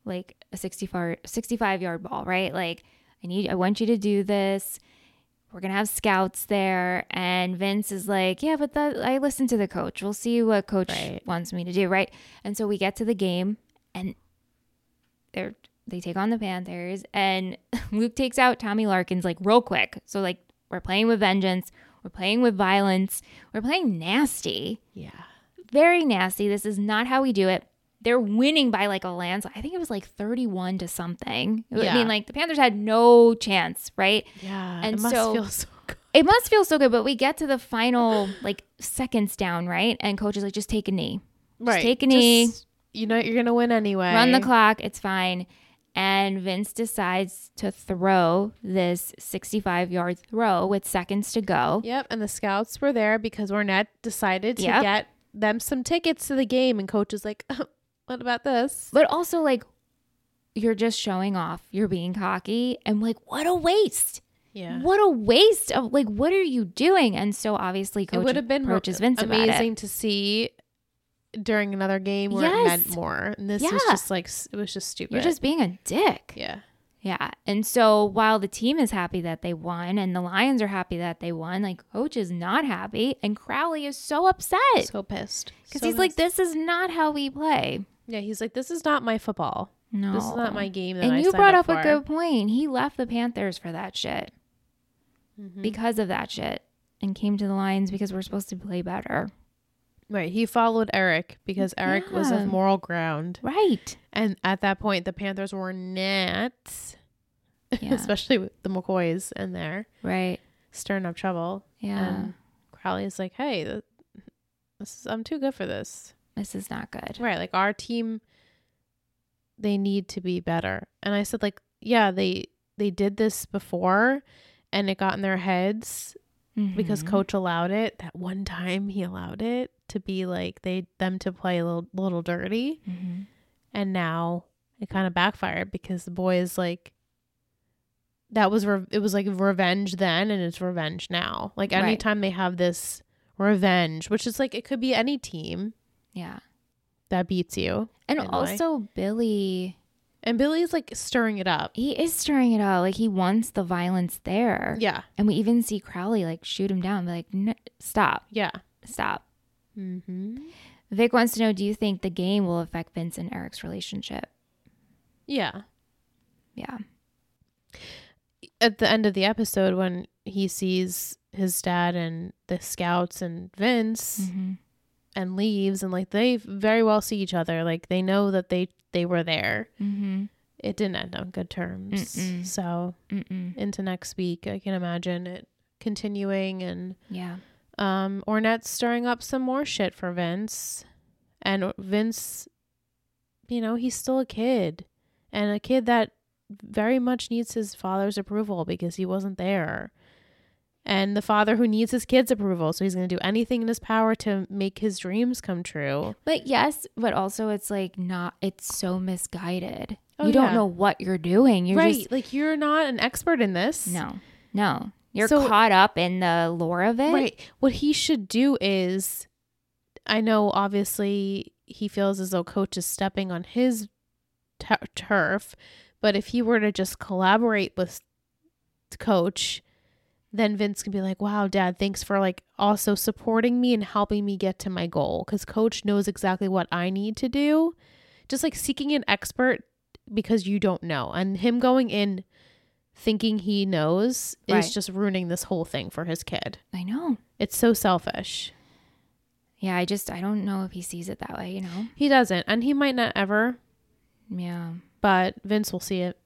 Speaker 1: like a 65 65 yard ball, right? Like I need I want you to do this. We're going to have scouts there and Vince is like, "Yeah, but that I listen to the coach. We'll see what coach
Speaker 2: Right.
Speaker 1: wants me to do, right?" And so we get to the game and they're they take on the Panthers and Luke takes out Tommy Larkins like real quick. So like we're playing with vengeance, we're playing with violence, we're playing nasty
Speaker 2: Yeah.
Speaker 1: very nasty. This is not how we do it. They're winning by like a landslide. I think it was like 31 to something.
Speaker 2: Yeah.
Speaker 1: I mean, like the Panthers had no chance, right?
Speaker 2: Yeah,
Speaker 1: And
Speaker 2: it must
Speaker 1: so-
Speaker 2: feel so good.
Speaker 1: It must feel so good, but we get to the final like seconds down, right? And coach is like, just take a knee, Right. take a knee.
Speaker 2: Just- you know you're gonna win anyway.
Speaker 1: run the clock, it's fine. And Vince decides to throw this 65 yard throw with seconds to go.
Speaker 2: Yep, and the scouts were there because Ornette decided to
Speaker 1: Yep.
Speaker 2: get them some tickets to the game, and coach is like, "What about this?"
Speaker 1: But also, like, you're just showing off, you're being cocky, and like, what a waste.
Speaker 2: Yeah,
Speaker 1: What a waste of like what are you doing? And so obviously
Speaker 2: it
Speaker 1: coach
Speaker 2: would have been
Speaker 1: approaches Vince about it.
Speaker 2: amazing to see during another game where it
Speaker 1: Yes.
Speaker 2: meant more. And this was
Speaker 1: Yeah.
Speaker 2: just like s- it was just stupid.
Speaker 1: You're just being a dick.
Speaker 2: yeah,
Speaker 1: Yeah. And so while the team is happy that they won and the Lions are happy that they won, like coach is not happy and Crowley is so upset because
Speaker 2: so pissed
Speaker 1: he's
Speaker 2: So
Speaker 1: like,
Speaker 2: pissed.
Speaker 1: this is not how we play.
Speaker 2: Yeah, he's like, "This is not my football.
Speaker 1: No,
Speaker 2: This is not my game." That
Speaker 1: And
Speaker 2: I
Speaker 1: you
Speaker 2: signed
Speaker 1: brought
Speaker 2: up,
Speaker 1: up a
Speaker 2: for."
Speaker 1: good point. He left the Panthers for that shit
Speaker 2: Mm-hmm.
Speaker 1: because of that shit and came to the Lions because we're supposed to play better.
Speaker 2: Right, he followed Eric because Eric was
Speaker 1: Yeah.
Speaker 2: of moral ground.
Speaker 1: Right.
Speaker 2: And at that point, the Panthers were not,
Speaker 1: Yeah.
Speaker 2: especially with the McCoys in there,
Speaker 1: right.
Speaker 2: stirring up trouble.
Speaker 1: Yeah.
Speaker 2: And Crowley is like, hey, th- this is, I'm too good for this.
Speaker 1: this is not good.
Speaker 2: Right. Like, our team, they need to be better. And I said, like, yeah, they they did this before and it got in their heads because
Speaker 1: Mhm.
Speaker 2: coach allowed it that one time he allowed it to be like they them to play a little, little dirty
Speaker 1: Mhm.
Speaker 2: and now it kind of backfired because the boys like that was re- it was like revenge then and it's revenge now like
Speaker 1: Right.
Speaker 2: anytime they have this revenge which is like it could be any team
Speaker 1: Yeah.
Speaker 2: that beats you
Speaker 1: And
Speaker 2: in life.
Speaker 1: also Billy,
Speaker 2: and billy's like stirring it up
Speaker 1: he is stirring it up. Like he wants the violence there.
Speaker 2: yeah
Speaker 1: And we even see Crowley like shoot him down. Be like, "N- stop,
Speaker 2: yeah
Speaker 1: stop.
Speaker 2: mm-hmm.
Speaker 1: Vic wants to know, do you think the game will affect Vince and Eric's relationship?
Speaker 2: yeah
Speaker 1: Yeah.
Speaker 2: at the end of the episode when he sees his dad and the scouts and vince
Speaker 1: Mhm.
Speaker 2: and leaves and like they very well see each other like they know that they they were there
Speaker 1: Mhm.
Speaker 2: it didn't end on good terms.
Speaker 1: Mm-mm.
Speaker 2: So
Speaker 1: Mm-mm.
Speaker 2: into next week, I can imagine it continuing and
Speaker 1: Yeah.
Speaker 2: Um, Ornette's stirring up some more shit for Vince. And Vince, you know, he's still a kid and a kid that very much needs his father's approval because he wasn't there. And the father who needs his kid's approval. So he's going to do anything in his power to make his dreams come true.
Speaker 1: But yes, but also it's like not, it's so misguided.
Speaker 2: Oh,
Speaker 1: you don't
Speaker 2: yeah.
Speaker 1: know what you're doing. You're
Speaker 2: right.
Speaker 1: just,
Speaker 2: like, you're not an expert in this.
Speaker 1: no, no. You're
Speaker 2: So-
Speaker 1: caught up in the lore of it.
Speaker 2: Right. What he should do is, I know obviously he feels as though coach is stepping on his tu turf, but if he were to just collaborate with coach, then Vince can be like, wow, dad, thanks for like also supporting me and helping me get to my goal. Cause coach knows exactly what I need to do. Just like seeking an expert because you don't know. And him going in thinking he knows
Speaker 1: Right.
Speaker 2: is just ruining this whole thing for his kid.
Speaker 1: I know.
Speaker 2: It's so selfish.
Speaker 1: Yeah, I just, I don't know if he sees it that way, you know?
Speaker 2: He doesn't, and he might not ever,
Speaker 1: Yeah.
Speaker 2: but Vince will see it.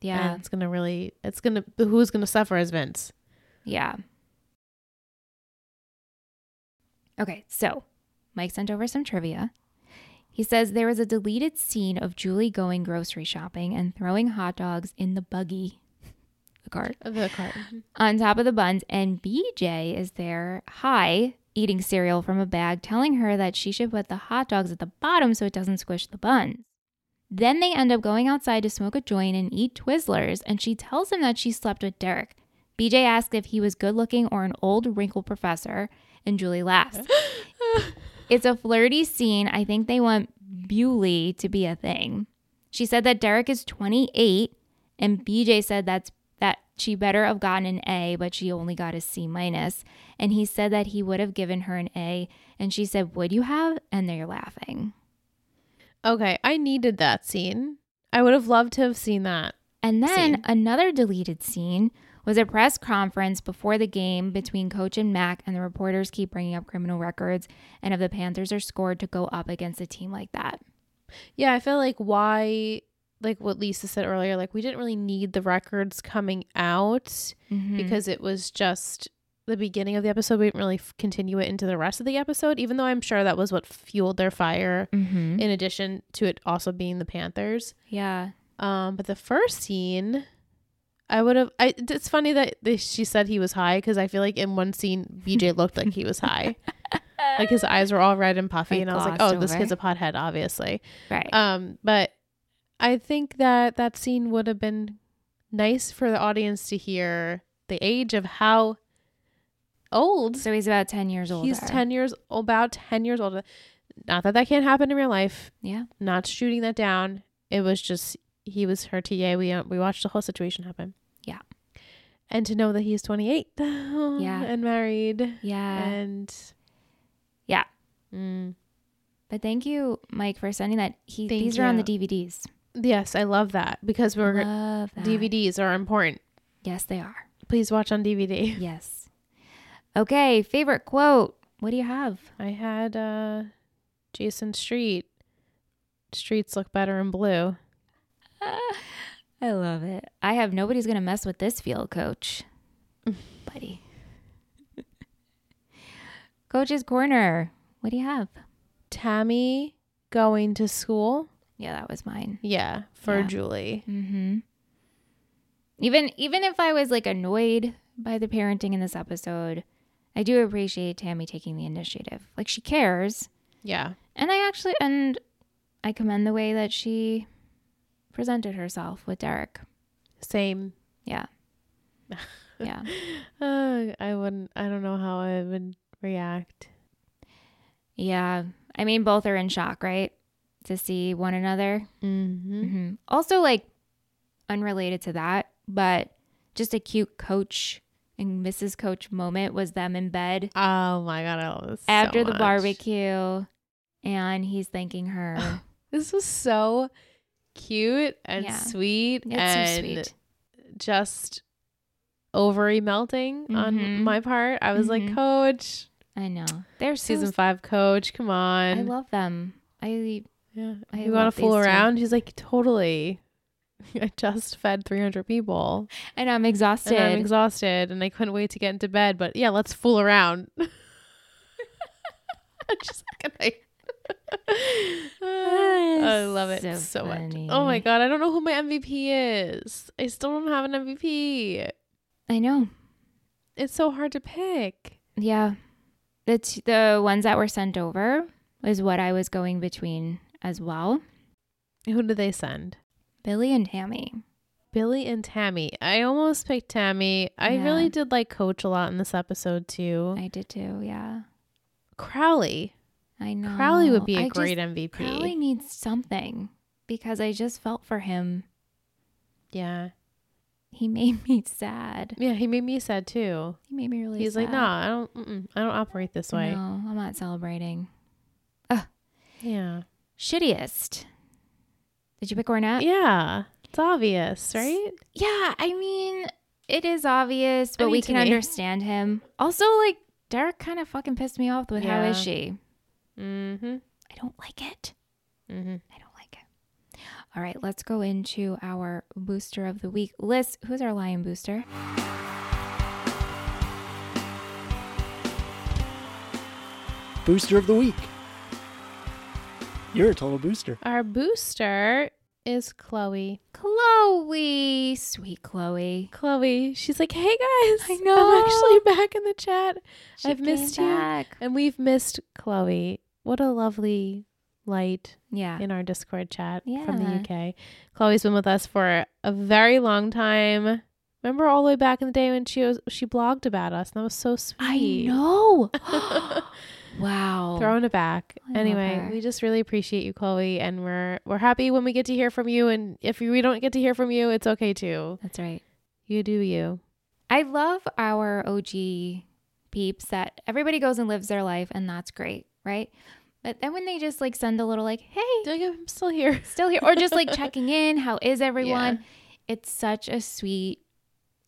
Speaker 1: Yeah.
Speaker 2: And it's going to really, it's going to, who's going to suffer is Vince.
Speaker 1: Yeah. Okay, so Mike sent over some trivia. He says there was a deleted scene of Julie going grocery shopping and throwing hot dogs in the buggy, the cart,
Speaker 2: The cart.
Speaker 1: on top of the buns, and BJ is there high eating cereal from a bag, telling her that she should put the hot dogs at the bottom so it doesn't squish the buns. Then they end up going outside to smoke a joint and eat Twizzlers, and she tells him that she slept with Derek. BJ asks if he was good looking or an old, wrinkled professor, and Julie laughs. it's a flirty scene. I think they want Bewley to be a thing. She said that Derek is 28, and BJ said that's that she better have gotten an A, but she only got a C minus. And he said that he would have given her an A, and she said, "Would you have?" And they're laughing.
Speaker 2: Okay. I needed that scene. I would have loved to have seen that.
Speaker 1: And then
Speaker 2: Scene.
Speaker 1: another deleted scene was a press conference before the game between coach and Mac, and the reporters keep bringing up criminal records and if the Panthers are scored to go up against a team like that.
Speaker 2: Yeah. I feel like why, like what Lisa said earlier, like we didn't really need the records coming out
Speaker 1: Mhm.
Speaker 2: because it was just the beginning of the episode. We didn't really f- continue it into the rest of the episode, even though I'm sure that was what fueled their fire.
Speaker 1: Mhm.
Speaker 2: in addition to it also being the Panthers.
Speaker 1: yeah,
Speaker 2: Um, but the first scene, I would have. I it's funny that they, she said he was high because I feel like in one scene BJ looked like he was high, like his eyes were all red and puffy,
Speaker 1: Like
Speaker 2: and I was like,
Speaker 1: glossed
Speaker 2: oh, this
Speaker 1: over.
Speaker 2: kid's a pothead, obviously.
Speaker 1: right.
Speaker 2: Um, but I think that that scene would have been nice for the audience to hear the age of how old
Speaker 1: so he's about 10 years old.
Speaker 2: he's 10 years about 10 years old not that that can't happen in real life
Speaker 1: Yeah.
Speaker 2: not shooting that down it was just he was her ta we uh, we watched the whole situation happen
Speaker 1: Yeah.
Speaker 2: and to know that he's 28 yeah and married
Speaker 1: Yeah.
Speaker 2: and
Speaker 1: Uh, Yeah.
Speaker 2: Mm.
Speaker 1: But thank you, Mike, for sending that. He,
Speaker 2: Thank
Speaker 1: these are on the
Speaker 2: you.
Speaker 1: DVDs.
Speaker 2: yes i love that because we're
Speaker 1: Love that.
Speaker 2: dvds are important
Speaker 1: Yes, they are.
Speaker 2: please watch on dvd
Speaker 1: Yes. Okay, favorite quote. What do you have?
Speaker 2: i had uh jason street streets look better in blue
Speaker 1: I love it. I have nobody's going to mess with this field coach, buddy. Coach's Corner. What do you have?
Speaker 2: tammy going to school
Speaker 1: Yeah, that was mine.
Speaker 2: Yeah, for
Speaker 1: Yeah.
Speaker 2: Julie.
Speaker 1: Mm-hmm. Even even if I was like annoyed by the parenting in this episode, I do appreciate Tammy taking the initiative. Like she cares,
Speaker 2: Yeah.
Speaker 1: and I actually and I commend the way that she presented herself with Derek.
Speaker 2: Same.
Speaker 1: Yeah, yeah.
Speaker 2: Uh, I wouldn't I don't know how I would react.
Speaker 1: Yeah. I mean, both are in shock, right? To see one another.
Speaker 2: Mm-hmm.
Speaker 1: hmm Also, like, unrelated to that, but just a cute coach and Mrs. Coach moment was them in bed
Speaker 2: Oh my god, I love this. so
Speaker 1: after the
Speaker 2: much.
Speaker 1: barbecue and he's thanking her.
Speaker 2: This was so cute and
Speaker 1: Yeah.
Speaker 2: sweet
Speaker 1: That's so
Speaker 2: and
Speaker 1: sweet.
Speaker 2: just ovary melting on
Speaker 1: Mhm.
Speaker 2: my part. I was
Speaker 1: Mhm.
Speaker 2: like, Coach,
Speaker 1: I know. They're so,
Speaker 2: season five coach, come
Speaker 1: I
Speaker 2: on.
Speaker 1: love them. I,
Speaker 2: yeah.
Speaker 1: I
Speaker 2: you wanna
Speaker 1: love
Speaker 2: fool
Speaker 1: these two.
Speaker 2: around? She's like, Totally. I just fed three hundred people.
Speaker 1: and I'm exhausted.
Speaker 2: And I'm exhausted and I couldn't wait to get into bed, but yeah, let's fool around. I'm just like, "Good night." I love it so,
Speaker 1: So
Speaker 2: much.
Speaker 1: funny.
Speaker 2: Oh my god, I don't know who my MVP is. I still don't have an MVP.
Speaker 1: I know.
Speaker 2: It's so hard to pick.
Speaker 1: Yeah. The t- the ones that were sent over is what I was going between as well.
Speaker 2: Who did they send?
Speaker 1: Billy and Tammy.
Speaker 2: Billy and Tammy. I almost picked Tammy. I
Speaker 1: Yeah.
Speaker 2: really did like Coach a lot in this episode too.
Speaker 1: I did too. Yeah.
Speaker 2: Crowley.
Speaker 1: I know.
Speaker 2: Crowley would be
Speaker 1: a
Speaker 2: a great MVP.
Speaker 1: Crowley needs something because I just felt for him.
Speaker 2: Yeah.
Speaker 1: He made me sad.
Speaker 2: Yeah, he made me sad too.
Speaker 1: He made me really
Speaker 2: He's
Speaker 1: sad.
Speaker 2: like, nah, I don't, mm-mm, I don't operate this way.
Speaker 1: No, I'm not celebrating.
Speaker 2: Yeah,
Speaker 1: Shittiest. Did you pick Ornette?
Speaker 2: yeah, it's obvious, right?
Speaker 1: Yeah, I mean, it is obvious, but
Speaker 2: mean,
Speaker 1: we
Speaker 2: to
Speaker 1: can
Speaker 2: me.
Speaker 1: understand him. Also, like, Derek kind of fucking pissed me off with how is
Speaker 2: Yeah.
Speaker 1: she?
Speaker 2: Mm-hmm.
Speaker 1: I don't like it.
Speaker 2: Mm-hmm.
Speaker 1: I don't like it. All right, let's go into our booster of the week. Liz, who's our lion booster?
Speaker 3: Booster of the week. You're a total booster.
Speaker 2: Our booster is Chloe.
Speaker 1: Chloe. Sweet Chloe.
Speaker 2: Chloe, she's like, hey guys,
Speaker 1: I know.
Speaker 2: I'm actually back in the chat,
Speaker 1: She
Speaker 2: I've missed
Speaker 1: came
Speaker 2: you.
Speaker 1: back.
Speaker 2: and we've missed Chloe. What a lovely light
Speaker 1: Yeah.
Speaker 2: in our Discord chat from
Speaker 1: Yeah.
Speaker 2: the UK. Chloe's been with us for a very long time. Remember all the way back in the day when she was she blogged about us, and that was so
Speaker 1: I
Speaker 2: sweet.
Speaker 1: know. wow.
Speaker 2: throwing it back.
Speaker 1: I love
Speaker 2: anyway,
Speaker 1: her.
Speaker 2: we just really appreciate you, Chloe, and we're we're happy when we get to hear from you. And if we don't get to hear from you, it's okay too.
Speaker 1: That's right.
Speaker 2: You do you.
Speaker 1: I love our OG peeps that everybody goes and lives their life and that's great, right? But then when they just like send a little like, "Hey,
Speaker 2: Like, I'm still here.
Speaker 1: still here," or just like checking in, "How is everyone?" It's such a sweet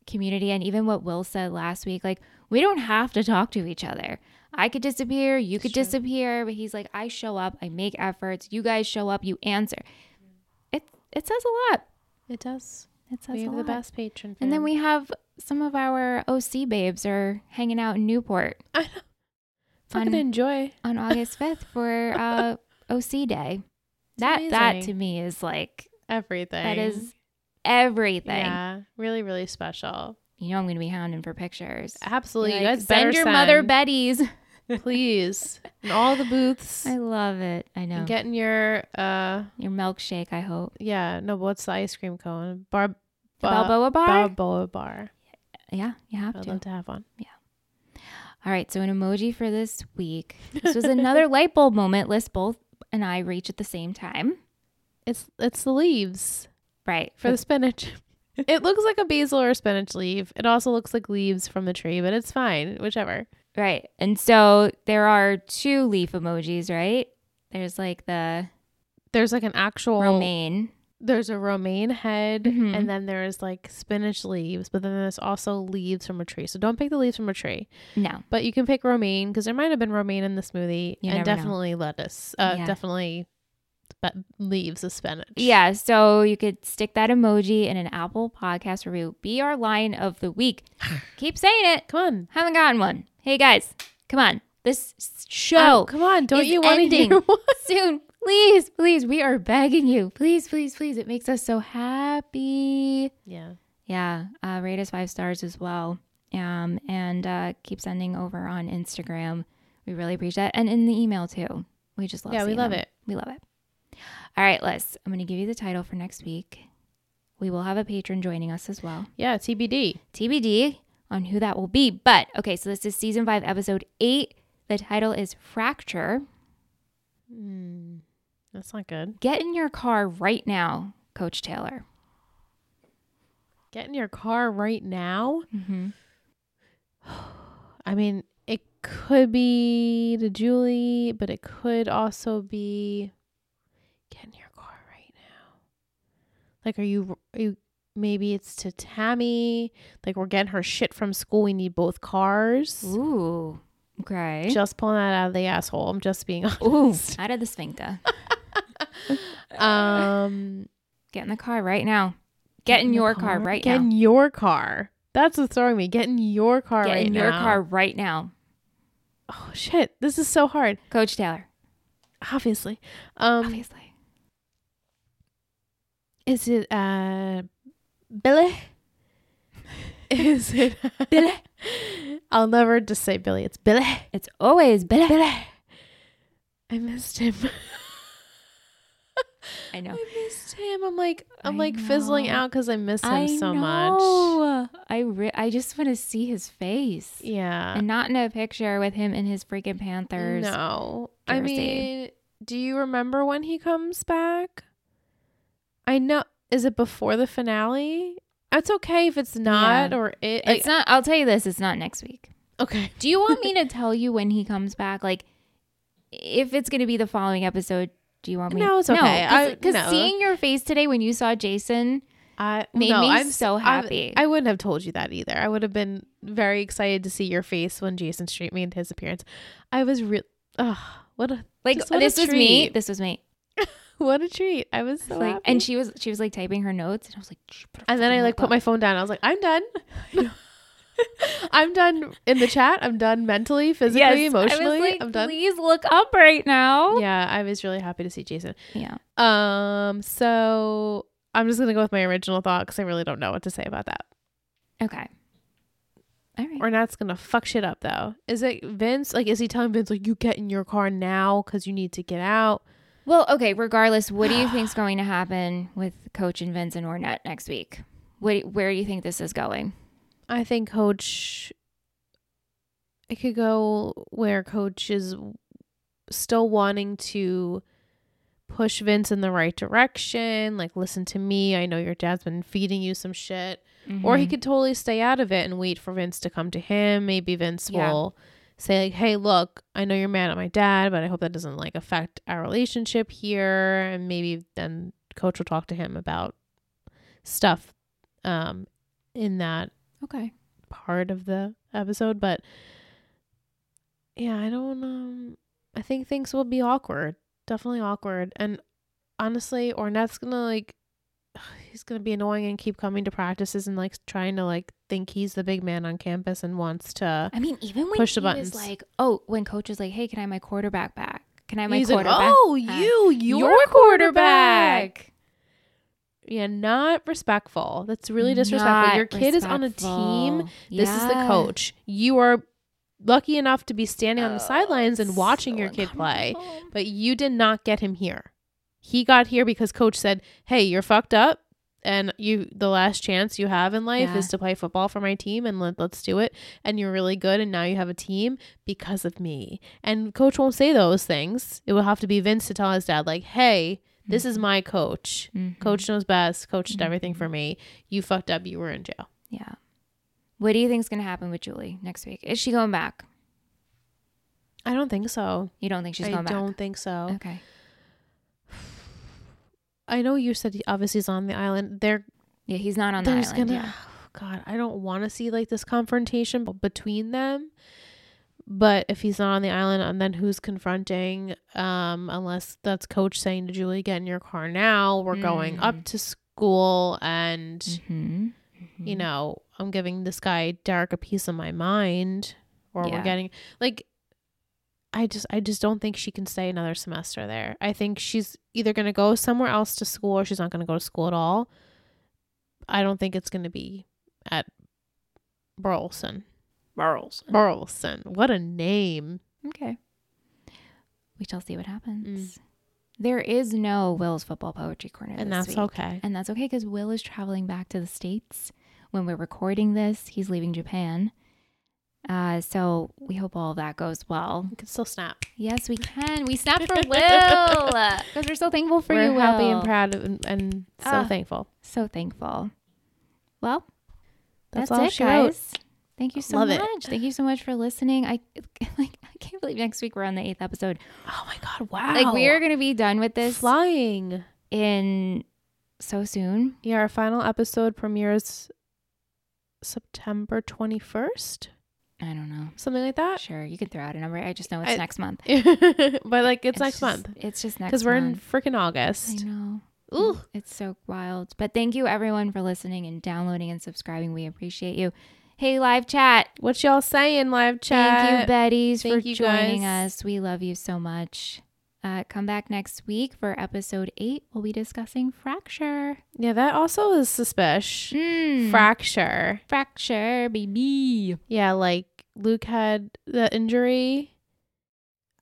Speaker 1: community and even what Will said last week, like we don't have to talk to each other. I could disappear, you could
Speaker 2: true.
Speaker 1: disappear, but he's like, "I show up, I make efforts, you guys show up, you answer." It it says a lot.
Speaker 2: It does.
Speaker 1: It says
Speaker 2: We
Speaker 1: a
Speaker 2: have the
Speaker 1: lot.
Speaker 2: best patron.
Speaker 1: And then
Speaker 2: fam.
Speaker 1: we have some of our OC babes are hanging out in Newport
Speaker 2: I know.
Speaker 1: on-
Speaker 2: Fucking enjoy.
Speaker 1: on August 5th for uh, OC Day.
Speaker 2: It's
Speaker 1: That that to
Speaker 2: amazing.
Speaker 1: me is like
Speaker 2: everything.
Speaker 1: that is everything.
Speaker 2: Yeah, really, really special.
Speaker 1: You know I'm going to be hounding for pictures.
Speaker 2: Absolutely,
Speaker 1: Be
Speaker 2: you
Speaker 1: like,
Speaker 2: guys better
Speaker 1: send your mother
Speaker 2: send,
Speaker 1: Betty's.
Speaker 2: please, in all the booths.
Speaker 1: I love it. I know.
Speaker 2: and Getting your uh,
Speaker 1: your milkshake, I hope.
Speaker 2: yeah, no, what's the ice cream cone? Bar,
Speaker 1: The
Speaker 2: ba-
Speaker 1: Balboa bar?
Speaker 2: Balboa bar.
Speaker 1: yeah, you have
Speaker 2: I'd
Speaker 1: to.
Speaker 2: love to have one.
Speaker 1: All right, so an emoji for this week. This was another light bulb moment. List both and I reach at the same time.
Speaker 2: It's it's the leaves
Speaker 1: Right.
Speaker 2: for the spinach. it looks like a basil or spinach leaf. It also looks like leaves from the tree, but it's fine, whichever.
Speaker 1: Right. And so there are two leaf emojis, right? There's like the
Speaker 2: There's like an actual
Speaker 1: romaine.
Speaker 2: there's a romaine head
Speaker 1: Mhm.
Speaker 2: and then there's like spinach leaves, but then there's also leaves from a tree. So don't pick the leaves from a tree.
Speaker 1: No.
Speaker 2: But you can pick romaine because there might have been romaine in the smoothie
Speaker 1: You never
Speaker 2: and
Speaker 1: know.
Speaker 2: definitely lettuce. Uh
Speaker 1: Yeah.
Speaker 2: definitely spe- leaves of spinach.
Speaker 1: Yeah. So you could stick that emoji in an Apple podcast review. Be our line of the week. Keep saying it.
Speaker 2: Come on.
Speaker 1: Haven't gotten one. Hey, guys, come on. This s-
Speaker 2: Oh,
Speaker 1: show
Speaker 2: come on. Don't
Speaker 1: is
Speaker 2: you want to
Speaker 1: ending.
Speaker 2: hear one?
Speaker 1: soon. Please, please. We are begging you. Please, please, please. It makes us so happy.
Speaker 2: Yeah.
Speaker 1: Yeah, uh, rate us five stars as well. Um, and uh, keep sending over on Instagram. We really appreciate that. And in the email too. We just love
Speaker 2: Yeah, we
Speaker 1: seeing
Speaker 2: love
Speaker 1: them.
Speaker 2: it.
Speaker 1: We love it. All right, Liz, I'm going to give you the title for next week. We will have a patron joining us as well.
Speaker 2: Yeah, TBD.
Speaker 1: TBD on who that will be. But okay, so this is season five, episode eight. The title is Fracture.
Speaker 2: Mm, that's not good.
Speaker 1: Get in your car right now, Coach Taylor.
Speaker 2: Get in your car right now.
Speaker 1: Mm-hmm.
Speaker 2: I mean, it could be to Julie, but it could also be get in your car right now. Like, are you, are you maybe it's to Tammy? Like, we're getting her shit from school. We need both cars.
Speaker 1: Ooh. Okay.
Speaker 2: Just pulling that out of the asshole. I'm just being
Speaker 1: Ooh.
Speaker 2: honest.
Speaker 1: Out of the sphincter.
Speaker 2: Um,
Speaker 1: Get in the car right now. Get in
Speaker 2: the
Speaker 1: your car, right
Speaker 2: Get
Speaker 1: now.
Speaker 2: in your car. That's what's throwing me. Get in your car
Speaker 1: Get
Speaker 2: right
Speaker 1: in your
Speaker 2: now.
Speaker 1: car right now.
Speaker 2: oh shit, this is so hard.
Speaker 1: Coach Taylor,
Speaker 2: Obviously. Um
Speaker 1: obviously.
Speaker 2: is it uh Billy? is it Billy? I'll never just say Billy. It's oh, Billy.
Speaker 1: It's always better.
Speaker 2: Billy. I missed him.
Speaker 1: I know.
Speaker 2: I missed him. I'm like I'm
Speaker 1: I
Speaker 2: like fizzling
Speaker 1: know.
Speaker 2: out cuz I miss him
Speaker 1: I
Speaker 2: so much.
Speaker 1: know. I re- I just want to see his face.
Speaker 2: Yeah.
Speaker 1: And not in a picture with him in his freaking Panthers.
Speaker 2: No. I
Speaker 1: jersey.
Speaker 2: mean, do you remember when he comes back? I know. Is it before the finale? It's okay if it's not
Speaker 1: Yeah.
Speaker 2: or it.
Speaker 1: It's not I'll tell you this, it's not next week.
Speaker 2: okay.
Speaker 1: Do you want me to tell you when he comes back? Like if it's gonna be the following episode, do you want me
Speaker 2: No, it's okay. I-
Speaker 1: Because
Speaker 2: no.
Speaker 1: seeing your face today when you saw Jason,
Speaker 2: I
Speaker 1: Made
Speaker 2: no,
Speaker 1: me
Speaker 2: I'm
Speaker 1: so
Speaker 2: s-
Speaker 1: happy.
Speaker 2: I, I wouldn't have told you that either. I would have been very excited to see your face when Jason Street made his appearance. I was real. Oh, what a
Speaker 1: like
Speaker 2: Just what a
Speaker 1: this was me.
Speaker 2: treat.
Speaker 1: This was me.
Speaker 2: what a treat! I was so
Speaker 1: like
Speaker 2: happy.
Speaker 1: and she was she was like typing her notes and I was like "Shh, put her
Speaker 2: and then I
Speaker 1: fucking
Speaker 2: like
Speaker 1: lip
Speaker 2: put
Speaker 1: up."
Speaker 2: my phone down. I was like, I'm done. I'm done in the chat. I'm done mentally, physically,
Speaker 1: Yes, I was
Speaker 2: emotionally.
Speaker 1: like,
Speaker 2: I'm done.
Speaker 1: Please look up right now.
Speaker 2: Yeah, I was really happy to see Jason.
Speaker 1: yeah.
Speaker 2: Um, so I'm just gonna go with my original thought because I really don't know what to say about that.
Speaker 1: Okay. All right.
Speaker 2: Or that's gonna fuck shit up though. Is it Vince? Like, is he telling Vince like you get in your car now because you need to get out?
Speaker 1: Well, okay. Regardless, what do you think's going to happen with Coach and Vince and Ornette next week? What, where do you think this is going?
Speaker 2: I think Coach. It could go where Coach is still wanting to push Vince in the right direction. Like, listen to me. I know your dad's been feeding you some shit. or
Speaker 1: Mm-hmm.
Speaker 2: he could totally stay out of it and wait for Vince to come to him. Maybe Vince
Speaker 1: Yeah.
Speaker 2: will say like, "Hey, look, I know you're mad at my dad, but I hope that doesn't like affect our relationship here." And maybe then coach will talk to him about stuff um in that
Speaker 1: Okay.
Speaker 2: part of the episode, but yeah, I don't um I think things will be awkward. Definitely awkward. And honestly, Ornette's gonna like he's gonna be annoying and keep coming to practices and like trying to like think he's the big man on campus and wants to
Speaker 1: I mean, even when
Speaker 2: Push
Speaker 1: he
Speaker 2: the
Speaker 1: was
Speaker 2: buttons.
Speaker 1: like, oh, when Coach is like, hey, can I have my quarterback back? Can I have my
Speaker 2: He's like,
Speaker 1: quarterback?
Speaker 2: Oh,
Speaker 1: back?"
Speaker 2: you, you're
Speaker 1: Your
Speaker 2: quarterback. Yeah, not respectful. That's really disrespectful.
Speaker 1: Not
Speaker 2: Your kid is on a team
Speaker 1: respectful.
Speaker 2: This is the
Speaker 1: Yeah.
Speaker 2: coach. You are lucky enough to be standing on the
Speaker 1: Oh,
Speaker 2: sidelines and
Speaker 1: it's
Speaker 2: watching
Speaker 1: so
Speaker 2: your kid play,
Speaker 1: uncomfortable.
Speaker 2: but you did not get him here. He got here because coach said, "Hey, you're fucked up." And you, the last chance you have in life
Speaker 1: Yeah.
Speaker 2: is to play football for my team, and let, let's do it. And you're really good, and now you have a team because of me. And coach won't say those things. It will have to be Vince to tell his dad, like, "Hey, this
Speaker 1: Mm-hmm.
Speaker 2: is my coach.
Speaker 1: Mhm.
Speaker 2: Coach knows best. Coach did everything
Speaker 1: Mm-hmm.
Speaker 2: for me. You fucked up. You were in jail."
Speaker 1: Yeah. What do you think's going to happen with Julie next week? Is she going back?
Speaker 2: I don't think so.
Speaker 1: You don't think she's
Speaker 2: I
Speaker 1: going
Speaker 2: don't
Speaker 1: back?
Speaker 2: think so.
Speaker 1: Okay.
Speaker 2: I know you said he obviously he's on the island. They're
Speaker 1: Yeah, he's not on the
Speaker 2: there's
Speaker 1: island.
Speaker 2: gonna
Speaker 1: yeah.
Speaker 2: God, I don't want to see like this confrontation b- between them. But if he's not on the island, and then who's confronting? Um, unless that's coach saying to Julie, "Get in your car now. We're going
Speaker 1: Mm.
Speaker 2: up to school, and
Speaker 1: Mhm.
Speaker 2: Mm-hmm. you know, I'm giving this guy Derek a piece of my mind, or we're
Speaker 1: Yeah.
Speaker 2: getting like, I just, I just don't think she can stay another semester there. I think she's either going to go somewhere else to school, or she's not going to go to school at all. I don't think it's going to be at Burleson. Burleson. Burleson. What a name.
Speaker 1: Okay. We shall see what happens.
Speaker 2: Mm.
Speaker 1: There is no Will's football poetry corner,
Speaker 2: And
Speaker 1: this
Speaker 2: that's
Speaker 1: week.
Speaker 2: okay.
Speaker 1: And that's okay because Will is traveling back to the states when we're recording this. He's leaving Japan, uh, so we hope all of that goes well.
Speaker 2: We can still snap.
Speaker 1: Yes, we can. We snap for Will because we're so thankful for
Speaker 2: we're
Speaker 1: you, Will.
Speaker 2: happy and proud and, and so
Speaker 1: Ah.
Speaker 2: thankful.
Speaker 1: So thankful. Well,
Speaker 2: That's,
Speaker 1: that's,
Speaker 2: all
Speaker 1: it,
Speaker 2: she wrote.
Speaker 1: guys. Thank you so
Speaker 2: Love it.
Speaker 1: much. Thank you so much for listening. I like. I can't believe next week we're on the eighth episode.
Speaker 2: Oh my God! Wow.
Speaker 1: Like we are gonna be done with this
Speaker 2: flying.
Speaker 1: in so soon.
Speaker 2: Yeah, our final episode premieres September 21st,
Speaker 1: I don't know.
Speaker 2: something like that.
Speaker 1: Sure, you can throw out a number. I just know it's
Speaker 2: Uh, I-
Speaker 1: next month.
Speaker 2: but like it's, next
Speaker 1: just-
Speaker 2: month
Speaker 1: It's just next
Speaker 2: because we're in
Speaker 1: month.
Speaker 2: freaking
Speaker 1: I
Speaker 2: August.
Speaker 1: know.
Speaker 2: Ooh,
Speaker 1: It's so wild. But thank you everyone for listening and downloading and subscribing. We appreciate you. Hey, live chat.
Speaker 2: What y'all saying, live chat?
Speaker 1: Thank you, Betty's,
Speaker 2: Thank
Speaker 1: for
Speaker 2: you,
Speaker 1: joining
Speaker 2: guys.
Speaker 1: us. We love you so much. Uh, come back next week for episode eight. We'll be discussing fracture.
Speaker 2: Yeah, that also is suspicious. Hmm.
Speaker 1: Mm,
Speaker 2: Fracture.
Speaker 1: fracture, baby.
Speaker 2: Yeah, like Luke had the injury.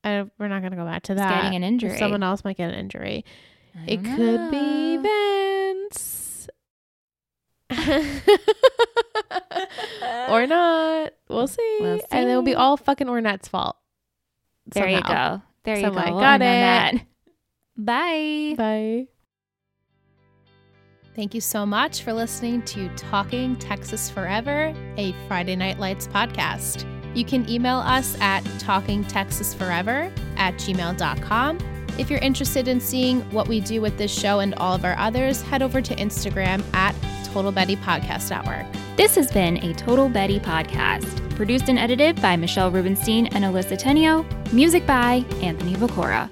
Speaker 2: I, we're not gonna go back to
Speaker 1: He's
Speaker 2: that.
Speaker 1: getting an injury.
Speaker 2: Someone else might get an injury.
Speaker 1: I
Speaker 2: It
Speaker 1: don't
Speaker 2: could be
Speaker 1: know.
Speaker 2: Vince. or not. We'll see.
Speaker 1: We'll
Speaker 2: And it'll be
Speaker 1: see.
Speaker 2: all fucking Ornette's fault.
Speaker 1: There you
Speaker 2: Somehow.
Speaker 1: go. There you
Speaker 2: Somehow I
Speaker 1: go. We'll end
Speaker 2: got
Speaker 1: on
Speaker 2: it.
Speaker 1: that. Bye.
Speaker 2: Bye. Thank you so much for listening to Talking Texas Forever, a Friday Night Lights podcast. You can email us at talkingtexasforever at gmail.com. If you're interested in seeing what we do with this show and all of our others, head over to Instagram at Total Betty Podcast Network.
Speaker 1: This has been a Total Betty podcast, produced and edited by Michelle Rubenstein and Alyssa Tenio, music by Anthony Vacora.